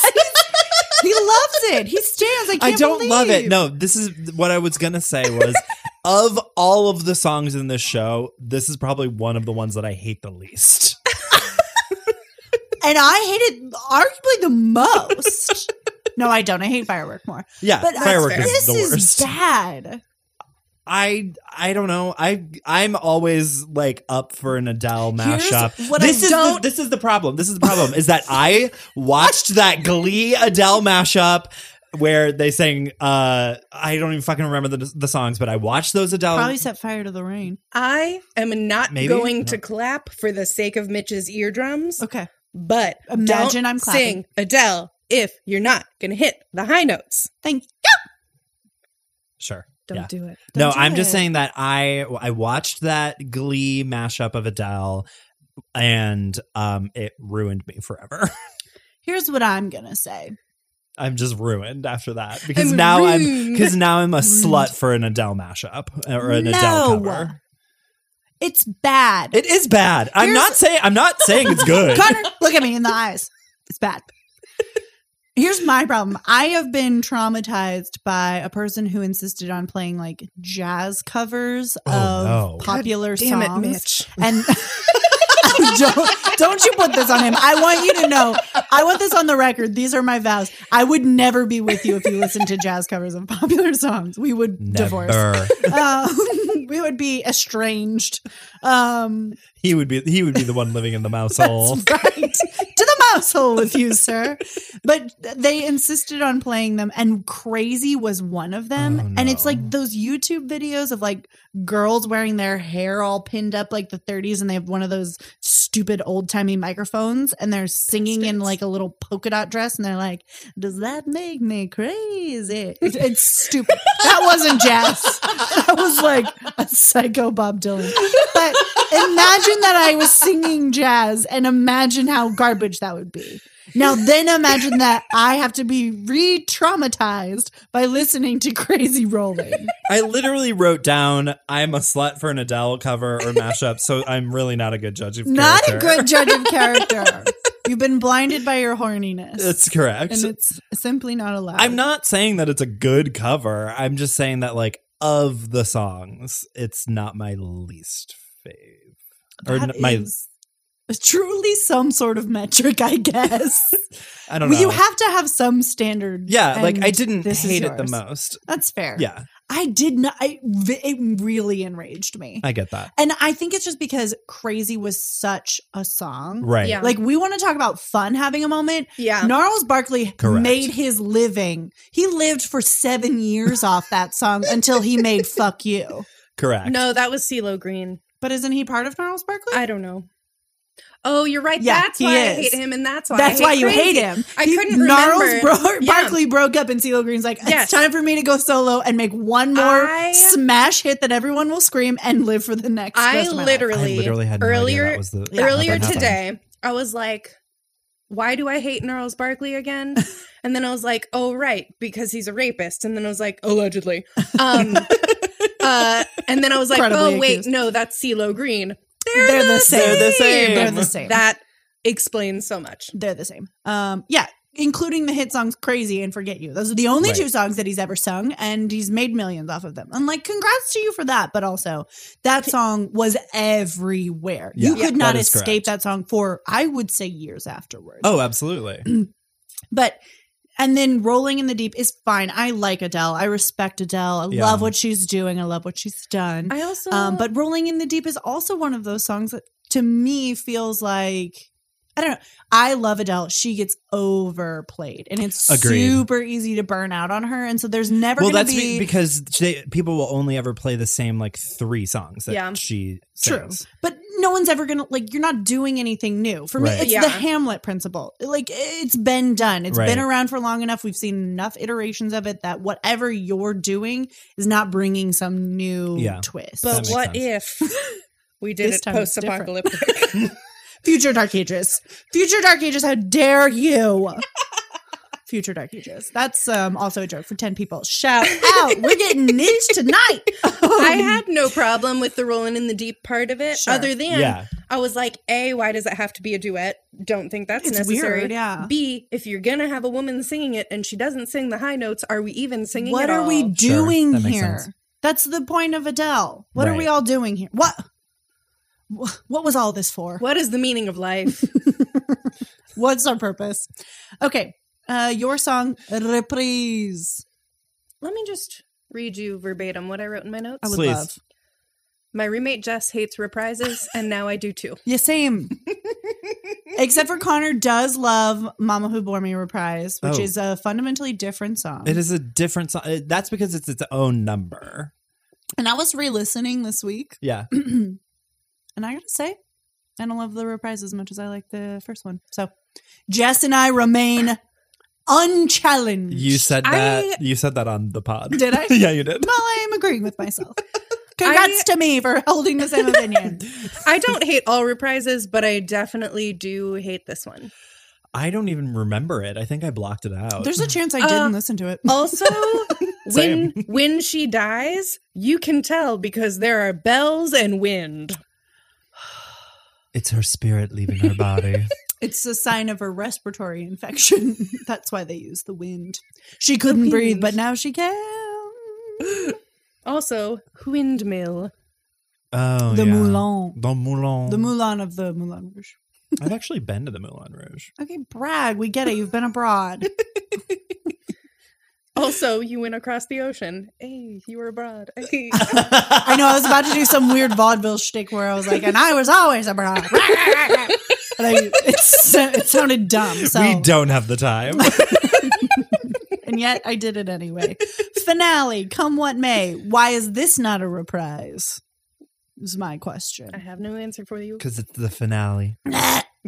A: He loves it. He stands. I can't.
B: I don't love
A: believe.
B: it. No, this is what I was gonna say was of all of the songs in this show, this is probably one of the ones that I hate
A: (laughs)
B: the least.
A: and I hate it arguably the
B: (laughs)
A: most. no, I don't. I hate firework more.
B: Yeah,
A: But
B: Uh,
A: uh,
B: firework
C: fair.
B: is
A: this
B: the
A: is
B: worst.
A: bad.
B: I I don't know. I I'm always like up for an Adele mashup.
C: what I
B: this is
C: don't-
B: the, this is the problem. This is the problem is that I watched that Glee Adele mashup where they sang. Uh, I don't even fucking remember the the songs, but I watched those Adele.
A: Probably set fire to the rain.
C: (laughs) I am not
B: Maybe?
C: going
B: No.
C: to clap for the sake of Mitch's eardrums,
A: Okay.
C: but
A: Imagine
C: don't
A: I'm clapping.
C: sing Adele if you're not going to hit the high notes.
A: Thank
B: sure.
C: Don't
B: yeah.
C: do it.
B: no,
A: Don't do
B: I'm just
A: it.
B: saying that I I watched that Glee mashup of Adele, and um, it ruined me forever. (laughs)
A: Here's what I'm gonna say.
B: I'm just ruined after that because
C: I'm
B: now I'm
C: ruined.
B: because now I'm a slut for an Adele mashup or an Adele cover.
A: It's bad.
B: It is bad. I'm
A: Here's-
B: not saying
A: (laughs)
B: I'm not saying it's good.
A: Connor, look at me in the eyes. It's bad. Here's my problem. I have been traumatized by a person who insisted on playing like jazz covers
B: Oh,
A: of
B: no.
A: popular
C: Damn
A: songs.
C: it, Mitch.
A: And (laughs) don't don't you put this on him. I want you to know. I want this on the record. These are my vows. I would never be with you if you listened to jazz covers of popular songs. We would divorce. (laughs)
B: Never.
A: Um, (laughs) we would be estranged. Um,
B: (laughs) he would be he would be the one living in the mouse hole.
A: that's right.
B: (laughs)
A: to the mouse hole with you, sir. But they insisted on playing them, and Crazy was one of them.
B: Oh,
A: And it's
B: no.
A: like those YouTube videos of like girls wearing their hair all pinned up like the 30s, and they have one of those stupid old timey microphones, and they're singing in
C: Bastards.
A: like a little polka dot dress, and they're like, Does that make me crazy? It's, it's stupid. that wasn't jazz. That was like a psycho Bob Dylan. But imagine that I was singing jazz and imagine how garbage that would be. Now, then imagine that I have to be re traumatized by listening to Crazy Rolling.
B: I literally wrote down I'm a slut for an Adele cover or mashup, so I'm really not a good judge of
A: Not a
B: character.
A: good judge of
B: (laughs)
A: character. You've been blinded by your horniness.
B: That's correct.
A: and it's simply not allowed.
B: I'm not saying that it's a good cover. I'm just saying that like of the songs, it's not my least fave. Or
A: That
B: n- my
A: is truly some sort of metric, I
B: (laughs)
A: guess.
B: I don't
A: Well, you
B: know.
A: have to have some standard.
B: yeah, like
A: and
B: I didn't
A: this is
B: hate it the
A: yours.
B: most.
A: That's fair.
B: Yeah,
A: I did not. I it really enraged me,
B: I get that.
A: and I think it's just because "Crazy" was such a song.
B: Right.
C: Yeah.
A: Like we want to talk about fun having a moment.
C: (laughs) Yeah.
A: Gnarls Barkley
B: Correct.
A: made his living. He lived for seven years off that song until he made "Fuck You."
B: Correct.
C: No, that was CeeLo Green.
A: But isn't he part of Gnarls Barkley?
C: I don't know. Oh, you're right.
A: Yeah,
C: That's
A: he
C: why I
A: is.
C: hate him, and that's why
A: That's
C: I
A: why you
C: Crazy.
A: hate him.
C: I
A: He-
C: couldn't remember.
A: Bro-
C: Yeah.
A: Barkley broke up, and CeeLo Green's like, "It's
C: Yes.
A: time for me to go solo and make one more
C: I-
A: smash hit that everyone will scream and live for the next."
C: I
A: rest of my life."
C: literally,
B: I literally had no
C: earlier
B: idea that was the
A: Yeah.
B: that
C: earlier
B: that happened.
C: today, I was like, why do I hate Gnarls Barkley
A: (laughs)
C: again? And then I was like, oh, right, because he's a rapist. And then I was like, allegedly.
A: (laughs)
C: Um, uh, and then I was like,
A: Credibly
C: oh, wait,
A: accused.
C: no, that's CeeLo Green.
A: They're the same.
B: They're the same.
A: They're the same.
C: That explains so much.
A: They're the same. Um, yeah, including the hit songs "Crazy" and "Forget You." Those are the only
B: Right.
A: two songs that he's ever sung, and he's made millions off of them. And like, congrats to you for that. But also, that song was everywhere. you
B: Yeah,
A: could
B: that
A: not
B: is
A: escape
B: correct.
A: that song for I would say years afterwards.
B: Oh, absolutely.
A: But and then Rolling in the Deep is fine. I like Adele. I respect Adele. I
B: Yeah.
A: love what she's doing. I love what she's done.
C: I also,
B: Uh.
A: Um, but Rolling in the Deep is also one of those songs that to me feels like I don't know. I love Adele. She gets overplayed, and it's
B: Agreed.
A: super easy to burn out on her. And so there's never
B: well,
A: going
B: that's
A: to
B: be-
A: be.
B: because they, people will only ever play the same like three songs that
C: Yeah.
B: she
A: True.
B: sings.
A: but no one's ever going to like. You're not doing anything new. For me,
B: Right.
A: it's
C: Yeah.
A: the Hamlet principle. Like it's been done. It's
B: Right.
A: been around for long enough. We've seen enough iterations of it that whatever you're doing is not bringing some new
B: Yeah.
A: twist.
B: That
C: But
B: makes
C: what if (laughs) we did
A: This
C: it
A: time it's
C: post
A: different.
C: apocalyptic?
A: Future Dark Ages. Future Dark Ages, how dare
C: (laughs)
A: you? Future Dark Ages. That's um, also a joke for 10 people.
C: (laughs)
A: Shout out. We're getting niche tonight.
C: (laughs) I
A: (laughs)
C: had no problem with the rolling in the deep part of it,
A: Sure.
C: other than
B: Yeah.
C: I was like, A, why does it have to be a duet? Don't think that's
A: It's
C: necessary.
A: weird, yeah.
C: B, if you're going to have a woman singing it and she doesn't sing the high notes, are we even singing
A: what
C: at
A: are we
C: all?
B: Sure,
A: doing
B: that makes
A: here?
B: sense.
A: That's the point of Adele. What are we
B: Right.
A: all doing here? What? wha- What was all this for?
C: What is the meaning of life?
A: (laughs) What's our purpose? Okay. Uh, your song, Reprise.
C: Let me just read you verbatim what I wrote in my notes.
A: I would
B: Please.
A: love.
C: My roommate Jess hates reprises, and now I do too.
A: (laughs) Yeah, same. Except for Connor does love Mama Who Bore Me Reprise, which
B: Oh.
A: is a fundamentally different song.
B: It is a different song. Uh, That's because it's its own number.
A: And I was re listening this week. (clears throat)
B: Yeah.
A: and I gotta say, I don't love the reprise as much as I like the first one. So Jess and I remain unchallenged.
B: You said
C: I-
B: that. you said that on the pod.
A: Mm. Did I?
B: (laughs) yeah, you did.
A: (laughs) well, I'm agreeing with
B: (laughs)
A: myself. Congrats to me for holding the same opinion.
C: I don't hate all reprises, but I definitely do hate this one.
B: I don't even remember it. I think I blocked it out.
A: There's a chance I
C: Uh,
A: didn't listen to it.
B: (laughs)
C: Also, when
B: Same.
C: when she dies, you can tell because there are bells and wind.
B: it's her spirit leaving her body.
A: (laughs) It's a sign of a respiratory infection. (laughs) That's why they use the wind. She couldn't breathe, but now she can.
C: Also, windmill.
B: oh,
A: the
B: yeah.
A: Moulin.
B: The Moulin.
A: The Moulin of the Moulin Rouge.
B: I've actually been to the
A: (laughs)
B: Moulin Rouge.
A: Okay, brag. We get it. You've been abroad.
C: Also, you went across the ocean. Hey, you were abroad. (laughs) Hey.
A: I know I was about to do some weird vaudeville shtick where I was like, and I was always abroad. (laughs) But I, it, so- it sounded dumb. So,
B: We don't have the time.
A: (laughs) and yet I did it anyway. Finale, come what may. Why is this not a reprise? Is my question.
C: I have no answer for you.
B: Because it's the finale.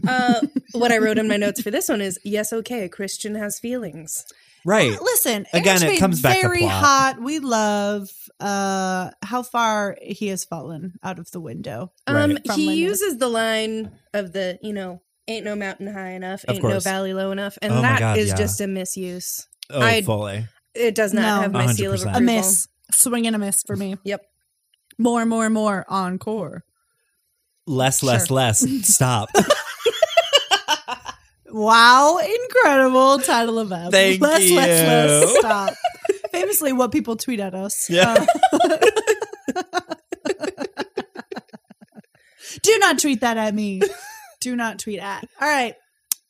C: Uh, what I wrote in my notes for this one is yes, okay, Christian has feelings.
B: Right.
A: Listen,
B: Again,
A: Eric's
B: it
A: been
B: comes back to
A: very
B: plot.
A: hot. We love uh, how far he has fallen out of the window.
C: Um,
B: Right.
A: From
C: he
A: Linda.
C: uses the line of the, you know, ain't no mountain high enough,
B: Of
C: ain't no
B: course.
C: valley low enough. And
B: Oh my
C: that is
B: God, yeah.
C: just a misuse.
B: Oh,
C: I-
B: fully.
C: It does not
A: No.
C: have my seal of
B: 100%.
A: A
C: approval.
A: miss, swing and a miss for me.
C: Yep.
A: More, more, more encore.
B: Less, less,
A: Sure.
B: less.
A: (laughs)
B: Stop.
A: Wow, incredible title of app.
B: Thank
A: let's,
B: you.
A: Let's, let's
B: (laughs)
A: stop. Famously, what people tweet at us.
B: Yeah.
A: Uh,
B: (laughs)
A: do not tweet that at me. Do not tweet at. All right.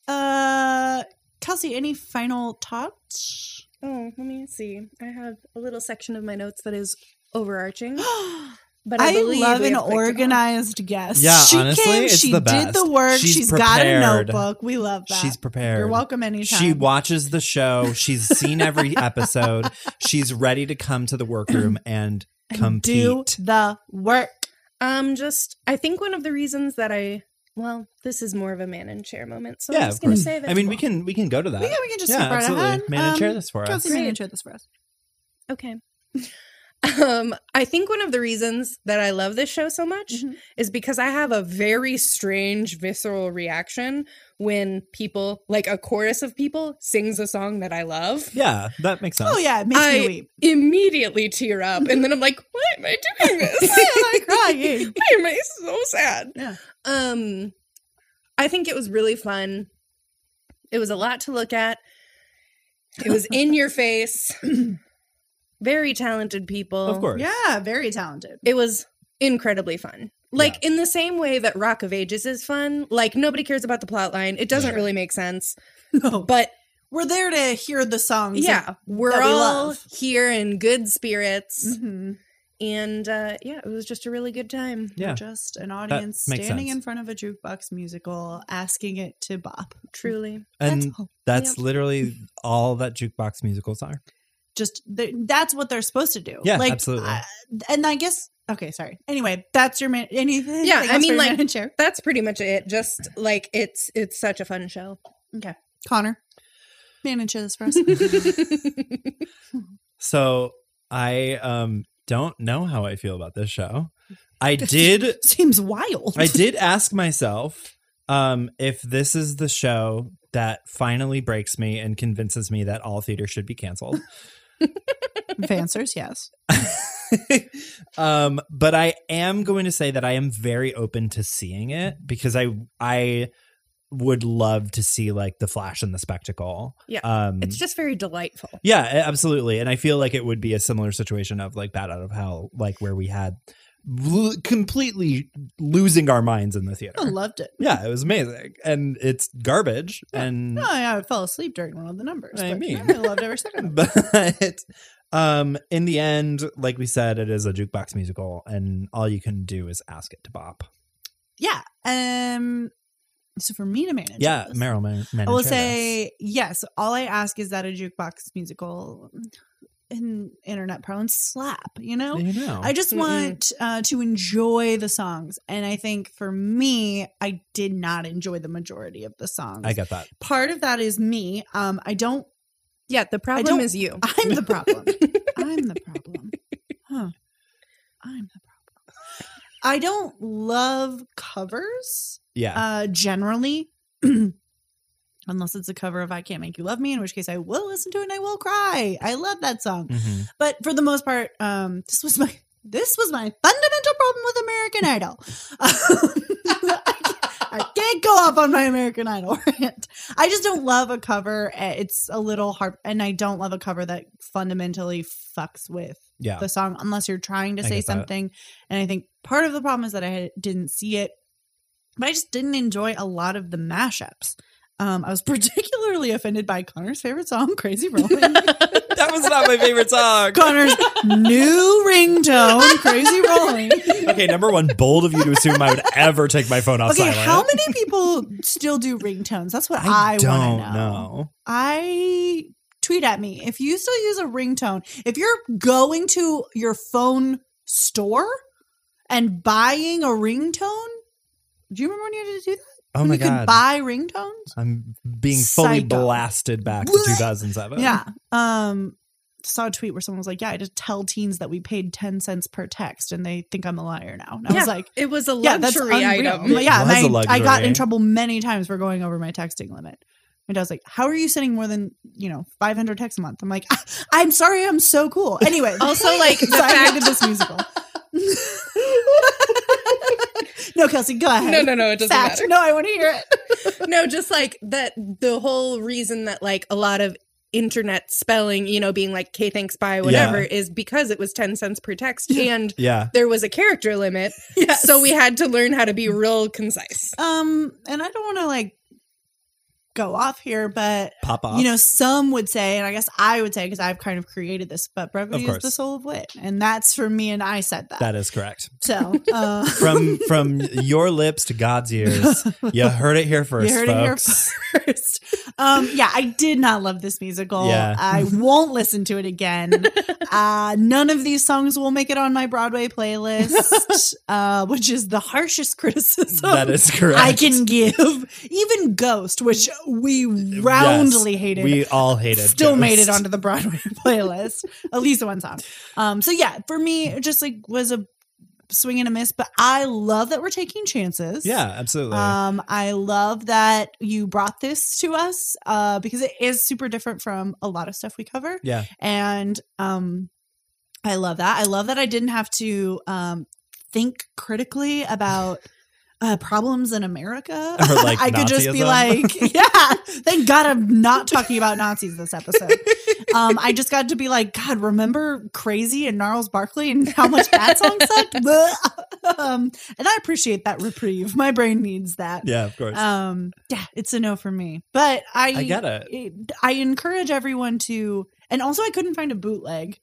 A: Uh, Kelsey, any final thoughts?
C: Oh, let me see. I have a little section of my notes that is
A: (gasps)
C: overarching,
A: I,
C: but I, believe
A: love
C: we
A: an
C: have clicked it all.
A: organized guest.
B: Yeah,
A: she
B: honestly,
A: came,
B: it's
A: she
B: the
A: did
B: best.
A: the work.
B: She's
A: She's got a
B: prepared.
A: notebook. We love that.
B: She's prepared.
A: You're welcome anytime.
B: She watches the show. She's
A: (laughs)
B: seen every episode. She's ready to come to the workroom and
A: And
B: compete.
A: do the work.
C: Um, just I think one of the reasons that I well, this is more of a man and chair moment, so
B: yeah,
C: I'm
B: of
C: just gonna
B: course.
C: save it.
B: I mean,
C: to-
B: we can we can go to that.
A: Yeah, we can just
B: yeah,
A: skip right
B: absolutely.
A: ahead.
B: Man, and share
A: Um,
B: this for us.
A: Kelsey,
C: Great.
A: manage this for us.
C: okay. (laughs) Um, I think one of the reasons that I love this show so much
A: Mhm.
C: is because I have a very strange visceral reaction when people, like a chorus of people, sings a song that I love.
B: Yeah, that makes sense.
A: Oh yeah, it makes
C: I-
A: me weep.
B: (laughs)
A: (laughs)
C: Immediately tear up, and then I'm like, "Why am I doing this?
A: Why
B: (laughs)
A: am I crying?
C: Why am I so sad?
A: Yeah.
C: Um, I think it was really fun. It was a lot to look at. It was in
A: (clears throat)
C: your face. Very talented people.
B: Of course.
A: yeah, very
B: (laughs)
A: talented.
C: It was incredibly fun. Like in the same way that Rock of Ages is fun. Like nobody cares about the plot line. It doesn't
B: Sure.
C: really make sense.
A: No, but
C: But
A: we're there to hear the songs.
C: yeah, we're
A: that we
C: all
A: love.
C: here in good spirits.
A: Mhm.
C: And uh, yeah, it was just a really good time.
B: Yeah.
A: Just an audience
B: makes
A: standing
B: sense.
A: in front of a jukebox musical asking it to bop.
C: Truly.
A: That's
B: And
A: all.
B: that's literally all that jukebox musicals are.
A: Just th- that's what they're supposed to do.
B: Yeah, absolutely.
A: I- and I guess okay, sorry. Anyway, that's your man. Anything?
C: Yeah,
A: anything
C: I
A: else
C: mean,
A: for your
C: like-
A: man and chair?
C: That's pretty much it. Just like it's it's such a fun show.
A: Connor, man and chair this for
B: (laughs)
A: us.
B: So I um don't know how I feel about this show.
A: (laughs)
B: I did
A: Seems wild.
B: I did ask myself um if this is the show that finally breaks me and convinces me that all theater should be canceled.
A: Answers, yes.
B: (laughs) um, but I am going to say that I am very open to seeing it because I I would love to see like the flash and the spectacle.
C: Yeah.
B: um,
C: it's just very delightful.
B: yeah, a- absolutely. And I feel like it would be a similar situation of like Bat Out of Hell, like where we had l- completely losing our minds in the theater.
A: I loved it.
B: yeah, it was amazing, and it's garbage and
A: No, I, I fell asleep during one of the numbers.
B: I
A: but
B: mean-
A: I loved every second of it.
B: (laughs) but um in the end like we said it is a jukebox musical and all you can do is ask it to bop
A: Yeah. Um. So for me to manage,
B: yeah
A: this,
B: meryl man-
A: I will
B: Manichetta.
A: say yes. All I ask is that a jukebox musical, in internet parlance, slap. You know,
B: you know
A: I just
C: Mm-mm.
A: want uh, to enjoy the songs, and I think for me, I did not enjoy the majority of the songs.
B: I get that
A: Part of that is me. Um, I don't.
C: Yeah, the
A: I
C: problem
A: don't-
C: is you. (laughs)
A: I'm the problem. I'm the
B: (laughs)
A: problem. Huh. I'm the problem. I don't love covers
B: yeah
A: uh generally (clears throat) unless it's a cover of i can't make you love me in which case i will listen to it and i will cry i love that song
B: Mhm.
A: but for the most part um this was my this was my fundamental problem with american idol I, can't, (laughs) I can't go off on my american idol (laughs) rant i just don't love a cover Uh, it's a little hard and i don't love a cover that fundamentally fucks with
B: yeah
A: the song unless you're trying to
B: I
A: say
B: get that.
A: something. And I think part of the problem is that I had- didn't see it, but I just didn't enjoy a lot of the mashups. Um, I was (laughs) particularly offended by Connor's favorite song, Crazy
B: (laughs)
A: Rolling.
B: that was not my favorite
A: (laughs)
B: song
A: Connor's new ringtone, Crazy Rolling.
B: okay number one bold of you to assume I would ever take my phone off
A: Okay,
B: silent
A: how many people still do ringtones? That's what I,
B: I
A: want
B: don't
A: to I tweet at me if you still use a ringtone. If you're going to your phone store and buying a ringtone, do you remember when you had to do that?
B: oh
A: When
B: my
A: you could
B: god
A: buy ringtones.
B: I'm being fully
A: Psycho.
B: blasted back to
A: Blech.
B: 2007
A: Yeah. Um, saw a tweet where someone was like, "Yeah, I just tell teens that we paid ten cents per text, and they think I'm a liar now." And I
C: Yeah.
A: was like.
C: It was a
A: Yeah, that's
C: luxury
A: unreal.
C: item.
A: But yeah,
B: was a
A: and I, I got
B: luxury.
A: in trouble many times for going over my texting limit. And I was like, "How are you sending more than you know 500 texts a month?" I'm like, (laughs) "Ah, "I'm sorry, I'm so cool." Anyway,
C: (laughs) (laughs) Also, like, the
A: so I
C: fact-
A: hated this musical. no, Kelsey, (laughs) go ahead.
C: No, no, no, it doesn't
A: Fact.
C: matter.
A: No, I want to hear it.
C: no, just like that the whole reason that like a lot of internet spelling, you know, being like okay, thanks, bye, whatever, is because it was 10 cents per text and
B: yeah
C: there was a character limit.
A: Yes.
C: So we had to learn how to be real concise.
A: um, and I don't want to like go off here, but
B: pop off
A: you know, some would say, and I guess I would say because I've kind of created this, but brevity is
B: course.
A: the soul of wit, and that's for me. And I said that.
B: that is correct (laughs)
A: so uh,
B: from from your lips to God's ears. You heard it here first,
A: (laughs) you heard
B: folks. (laughs)
A: it here first. Um, yeah, I did not love this musical.
B: Yeah. (laughs)
A: I won't listen to it again. Uh, none of these songs will make it on my Broadway
B: (laughs)
A: playlist, uh, which is the harshest (laughs) criticism.
B: that is correct.
A: I can give even Ghost, which we roundly
B: Yes,
A: hated.
B: We all hated.
A: still made it
B: Ghost.
A: onto the Broadway (laughs) playlist, at least the one song. Um, so yeah, for me, it just like was a swing and a miss, but I love that we're taking chances.
B: Yeah, absolutely.
A: Um, I love that you brought this to us uh, because it is super different from a lot of stuff we cover,
B: yeah,
A: and um, I love that. I love that I didn't have to um, think critically about. Uh, problems in America.
B: (laughs) Or,
A: (laughs)
B: like,
A: I could just be
B: Nazism.
A: like, yeah. Thank God I'm not talking about Nazis this episode. Um, I just got to be like, God, remember Crazy and Gnarls Barkley and how much that song sucked?
B: (laughs)
A: (laughs) Bleh. um, and I appreciate that reprieve. My brain needs that.
B: (laughs) yeah, of course.
A: Um, yeah, it's a no for me. But I,
B: I get it.
A: it- I encourage everyone to, and also I couldn't find a bootleg.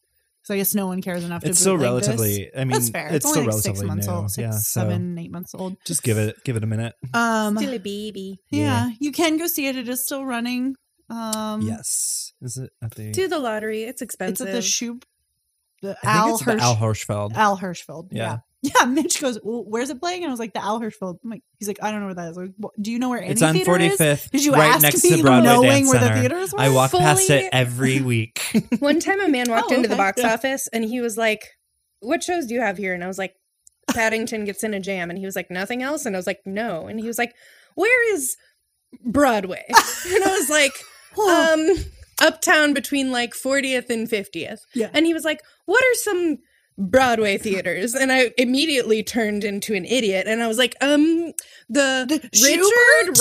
A: So I guess no one cares enough.
B: It's
A: to
B: so
A: bootleg
B: relatively.
A: This.
B: I mean,
A: That's fair.
B: it's,
A: It's,
B: still
A: only like
B: relatively
A: six months
B: new.
A: old, six,
B: yeah, so
A: seven, eight months old.
B: just give it give it a minute.
A: Um,
C: Still a baby.
A: yeah, you can go see it. It is still running. Um,
B: yes, is it at the?
C: Do the lottery. It's
A: it's
C: expensive.
A: at the shoe. The
B: I think
A: Al
B: it's the
A: Hirsch. uh,
B: Al Hirschfeld.
A: Al Hirschfeld.
B: Yeah.
A: Yeah. yeah. (laughs) Mitch goes, well, "Where's it playing?" And I was like, "The Al Hirschfeld." I'm like, he's like, "I don't know where that is." Like, "What- do you know where any
B: It's on
A: theater
B: Forty
A: is?
B: Fifth,
A: Did you
B: right
A: ask
B: next
A: me
B: to Broadway
A: knowing
B: Dance
A: where the
B: Center.
A: theaters were?
B: I walk past
C: Fully-
B: it every week.
C: One time a man walked
A: Oh,
C: into the
A: okay.
C: box
B: Yeah.
C: office and he was like, What shows do you have here? And I was like, Paddington gets in a jam. And he was like, Nothing else. And I was like, No. And he was like, Where is
A: (laughs)
C: Broadway? And I was like,
A: Huh.
C: um uptown between like 40th and 50th
A: Yeah.
C: and he was like what are some broadway theaters and i immediately turned into an idiot and i was like um the
A: The
C: richard
A: Schubert?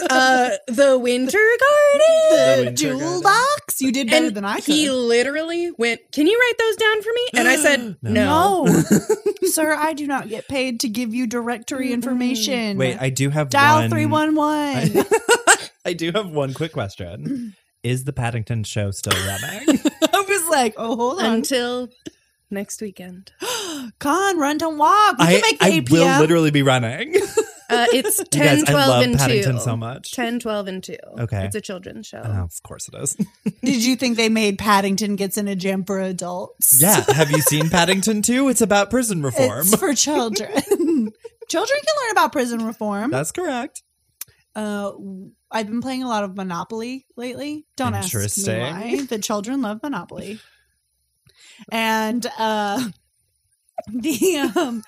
C: rogers uh the winter garden
B: The
A: the
B: Winter Garden.
A: jewel box. You did better
C: and
A: than I could.
C: he literally went can you write those down for me and i said
B: (gasps) No.
C: (laughs) no,
A: No, sir, I do not get paid to give you directory information.
B: Wait, I do have
A: dial
B: one-
A: three one one.
B: (laughs) I do have one
A: (clears throat)
B: quick question. Is the Paddington
A: (laughs)
B: show still running?
A: (laughs) I was like, oh, hold on,
C: until next weekend
A: con, run, don't walk. We
B: I,
A: can make the
B: I
A: eight
B: will
A: PM.
B: literally be running. you
A: (laughs)
C: uh it's 10
B: guys,
C: 12
B: I love
C: and
B: Paddington
C: 2
B: so much.
C: 10 12 and 2
B: Okay.
C: it's a children's show
B: Oh, of course it
A: (laughs)
B: is.
A: Did you think they made Paddington gets in a jam for adults? (laughs)
B: Yeah. Have you seen Paddington 2? It's about prison reform.
A: It's for children. (laughs) children can learn about prison reform.
B: (laughs) That's correct.
A: Uh, I've been playing a lot of Monopoly lately. Don't ask me
B: Interesting.
A: why. The children love Monopoly,
B: (laughs)
A: and uh, (laughs) the um,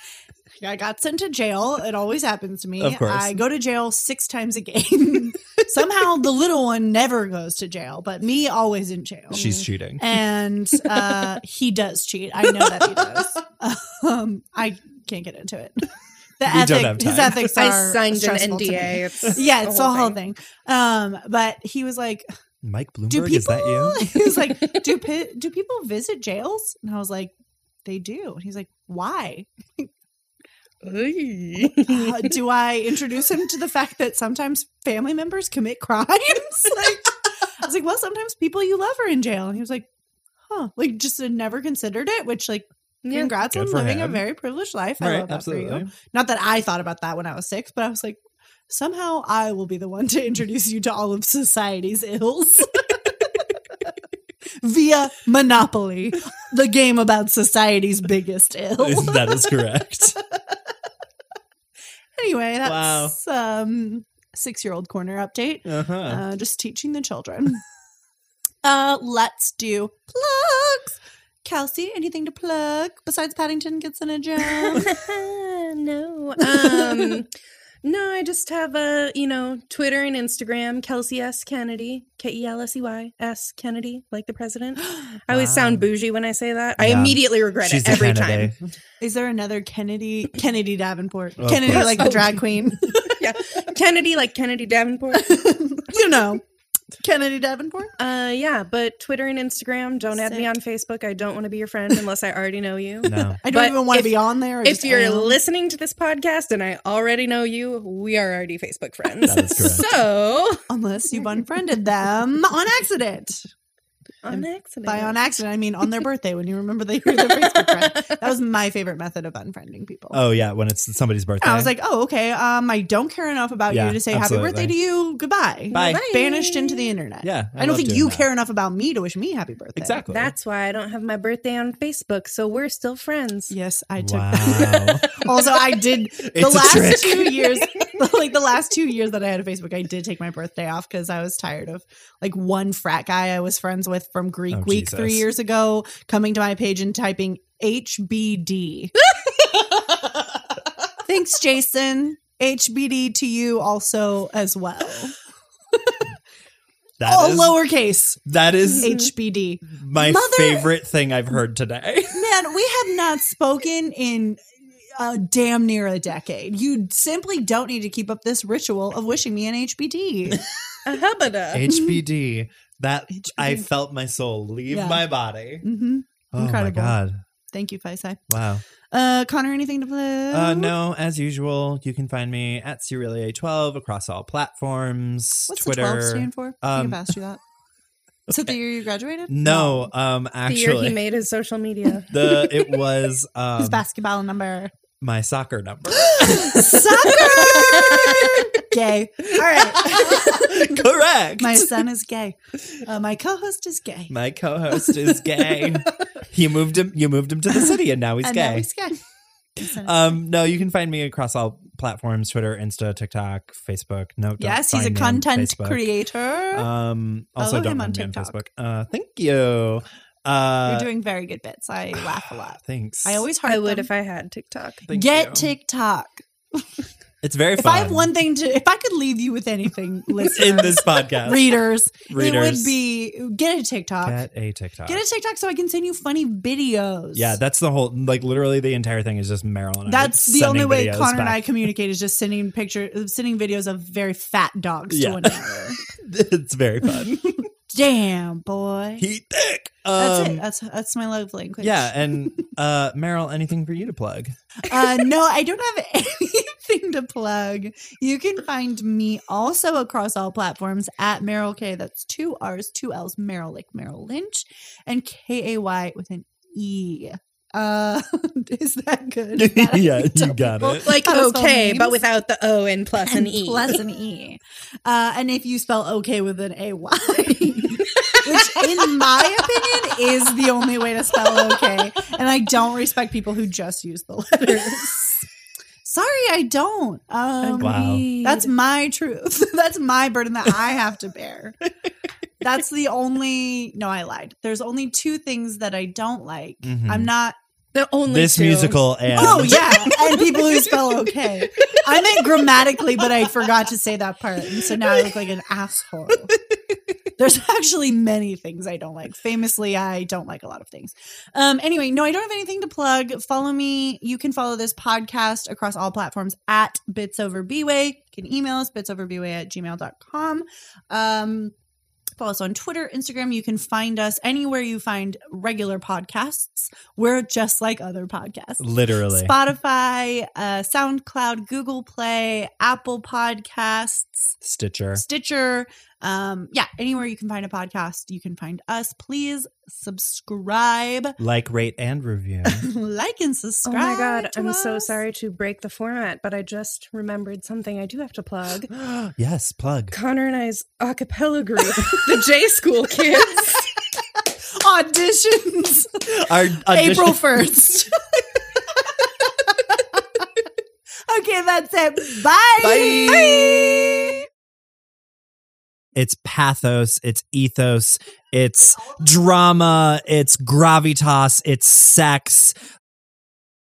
A: I got sent to jail. It always happens to me.
B: Of course.
A: I go to jail six times a game. (laughs) Somehow, the little one never goes to jail, but me always in jail
B: She's cheating.
A: Oh, and uh, he does cheat. I know that he
B: (laughs)
A: does. Um, I can't get into it. (laughs) The
B: We don't have
A: his
B: time.
A: ethics are
C: I signed an
A: stressful to me.
C: NDA. (laughs) It's
A: Yeah, it's
C: the
A: a whole thing. Um, but he was like,
B: Mike
A: "Do
B: Bloomberg,
A: people?"
B: is that
A: (laughs)
B: you?
A: He was like, "Do pi- do people visit jails?" And I was like, "They do." And he's like, "Why?" Uh, do I introduce him to the fact that sometimes family members commit crimes? (laughs) like, I was like, "Well, sometimes people you love are in jail." And he was like, "Huh?" Like, just uh, never considered it, which like.
C: (laughs) Yeah.
A: Congrats
B: Good
A: on
B: for
A: living a
B: him.
A: very privileged life. I love
B: (laughs) Right,
A: that for you. (laughs)
B: absolutely.
A: Not that I thought about that when I was six, but I was like, somehow I will be the one to (laughs) introduce you to all of society's ills (laughs) via Monopoly, the game about society's biggest
B: (laughs)
A: ill. (laughs)
B: that is correct.
A: anyway, that's um, six year old corner update.
B: Uh-huh.
A: Uh, just teaching the children. (laughs) uh, let's do plugs. Kelsey, anything to plug besides Paddington gets in a jam?
C: Um,
B: (laughs)
C: (laughs) no. Um, no, I just have a, you know, Twitter and Instagram, Kelsey S. Kennedy, K E L S E Y S. Kennedy, like the president. I always
B: Wow.
C: sound bougie when I say that. I
B: Yeah.
C: immediately regret
B: She's
C: it
B: the
C: every time.
B: Kennedy.
A: Is there another Kennedy Kennedy Davenport?
B: Of
A: Kennedy
B: course.
A: like the drag
B: (laughs)
A: queen.
C: Kennedy, like Kennedy Davenport.
A: you know. Kennedy Davenport?
C: Uh, yeah, but Twitter and Instagram, don't add me
A: Sick.
C: on Facebook. I don't want to be your friend unless I already know you.
A: (laughs)
B: No.
A: I don't
C: But
A: even want
C: if-
A: to be on there. I
C: If
A: just
C: you're
A: am.
C: listening to this podcast and I already know you, we are already Facebook friends.
B: That is correct.
C: So,
A: unless you've unfriended them on accident.
C: on accident.
A: By on accident, I mean on their birthday when you remember that you're their Facebook friend. That was my favorite method of unfriending people.
B: Oh, yeah. When it's somebody's birthday.
A: I was like, oh, okay. Um, I don't care enough about
B: Yeah,
A: you to say
B: absolutely.
A: happy birthday to you. Goodbye.
B: Bye.
A: Banished into the internet.
B: yeah.
A: I, don't
B: love
A: think
B: doing
A: you
B: that.
A: care enough about me to wish me happy birthday.
B: Exactly.
C: That's why I don't have my birthday on Facebook, so we're still friends. (laughs)
A: Yes, I took
B: Wow.
A: (laughs) Also, I did the
B: It's a trick.
A: last two
B: (laughs)
A: years, like the last two years that I had a Facebook, I did take my birthday off because I was tired of like one frat guy I was friends with from Greek
B: Oh,
A: Week
B: Jesus.
A: three years ago coming to my page and typing HBD.
B: (laughs)
A: Thanks, Jason. HBD to you also as well.
B: That
A: All
B: is-
A: lowercase.
B: that is
A: HBD.
B: my
A: Mother-
B: favorite thing I've heard today. (laughs)
A: Man, we have not spoken in uh, damn near a decade. You simply don't need to keep up this ritual of wishing me an HBD.
C: A hubba
B: HBD. That I
A: HBD.
B: felt my soul leave
A: Yeah.
B: my body.
A: hmm
B: Oh my
A: Incredible.
B: god!
A: Thank you, Faisai.
B: Wow.
A: Uh, Connor, anything to play?
B: Uh, no, as usual, you can find me at Cerealia12 across all platforms.
A: What's
B: Twitter.
A: the 12 stand for? I
B: Um, (laughs)
A: think I've asked you that. Is it the year you graduated?
B: No, um,
C: the year he
B: actually,
C: made his
B: (laughs)
C: social media.
A: (laughs)
B: the it was um,
A: His basketball
B: (laughs)
A: number.
B: my soccer
A: (laughs)
B: number. (laughs)
A: Soccer! gay. All
B: (laughs)
A: right.
B: Correct.
A: my son is gay. Uh, my co host is gay.
B: My co-host is
A: (laughs)
B: gay. he moved him. You moved him to the city, and now he's
A: and
B: gay.
A: now he's gay. My
B: (laughs)
A: son is
B: um, no, you can find me across all platforms: Twitter, Insta, TikTok, Facebook. No, don't
A: yes, he's a
B: find me on
A: content
B: Facebook.
A: creator.
B: Um, also,
A: Follow
B: don't
A: him on
B: find me on
A: TikTok.
B: Facebook. Uh, thank you. Uh,
A: You're doing very good bits. I laugh a lot.
B: Thanks. (sighs)
A: I always heart
C: I would
A: them.
C: if I had TikTok.
B: Thank
A: Get
B: you.
A: TikTok.
B: It's very
A: If
B: fun.
A: I have one thing to, if I could leave you with anything,
B: (laughs) in
A: listeners,
B: this podcast,
A: readers,
B: readers,
A: it would be get a TikTok.
B: get a TikTok.
A: Get a TikTok so I can send you funny videos.
B: yeah, that's the whole. Like literally, the entire thing is just Marilyn.
A: that's the only way Connor and I
B: (laughs)
A: communicate is just sending pictures, sending videos of very fat dogs
B: Yeah.
A: to one
B: (laughs)
A: another.
B: it's very fun.
A: (laughs) Damn, boy.
B: He thick.
A: that's
B: Um,
A: it. That's that's my love language.
B: Yeah, and uh, Meryl, anything for you
A: (laughs)
B: to plug?
A: uh, no, I don't have (laughs) anything to plug. You can find me also across all platforms at Meryl K. That's two R's, two L's, Meryl like Meryl Lynch, and K A Y with an E. Uh, (laughs) is that good? Is that how (laughs)
B: (laughs) Yeah, you
A: tell
B: got
A: people
B: it.
C: (laughs) Like
A: how to spell
C: okay, but
A: names?
C: without the O and plus an
A: and
C: E. (laughs)
A: plus an E. Uh, and if you spell okay with an A Y, (laughs) which in my opinion is the only way to spell okay. And I don't respect people who just use the letters. Sorry, I don't. Um,
B: Wow.
A: That's my truth. (laughs) That's my burden that I have to bear. That's the only. No, I lied. There's only two things that I don't like.
B: Mhm.
A: I'm not.
C: the only
B: this
C: two.
B: musical and
A: Oh yeah, and people who spell okay. I meant grammatically, but I forgot to say that part, and so now I look like an asshole. There's actually many things I don't like. Famously, I don't like a lot of things. Um, anyway, no, I don't have anything to plug. Follow me. You can follow this podcast across all platforms at bitsoverbway. You can email us bitsoverbway at gmail.com. Um, follow us on Twitter, Instagram. You can find us anywhere you find regular podcasts. We're just like other podcasts.
B: literally
A: Spotify, uh, SoundCloud, Google Play, Apple Podcasts,
B: Stitcher.
A: Stitcher. Um, yeah, anywhere you can find a podcast, you can find us. Please subscribe, (laughs)
B: Like, rate, and review.
A: like, and
C: Oh
A: subscribe.
C: my god,
A: to
C: I'm so
A: us.
C: sorry to break the format, but I just remembered something I do have to plug.
B: yes, plug.
C: Connor and I's a cappella group, the J (laughs) School Kids.
B: (laughs)
A: Auditions,
B: Our
A: April 1st.
B: audition- (laughs)
A: (laughs) okay, that's it. Bye.
B: Bye. It's pathos, it's ethos, it's drama, it's gravitas, it's sex.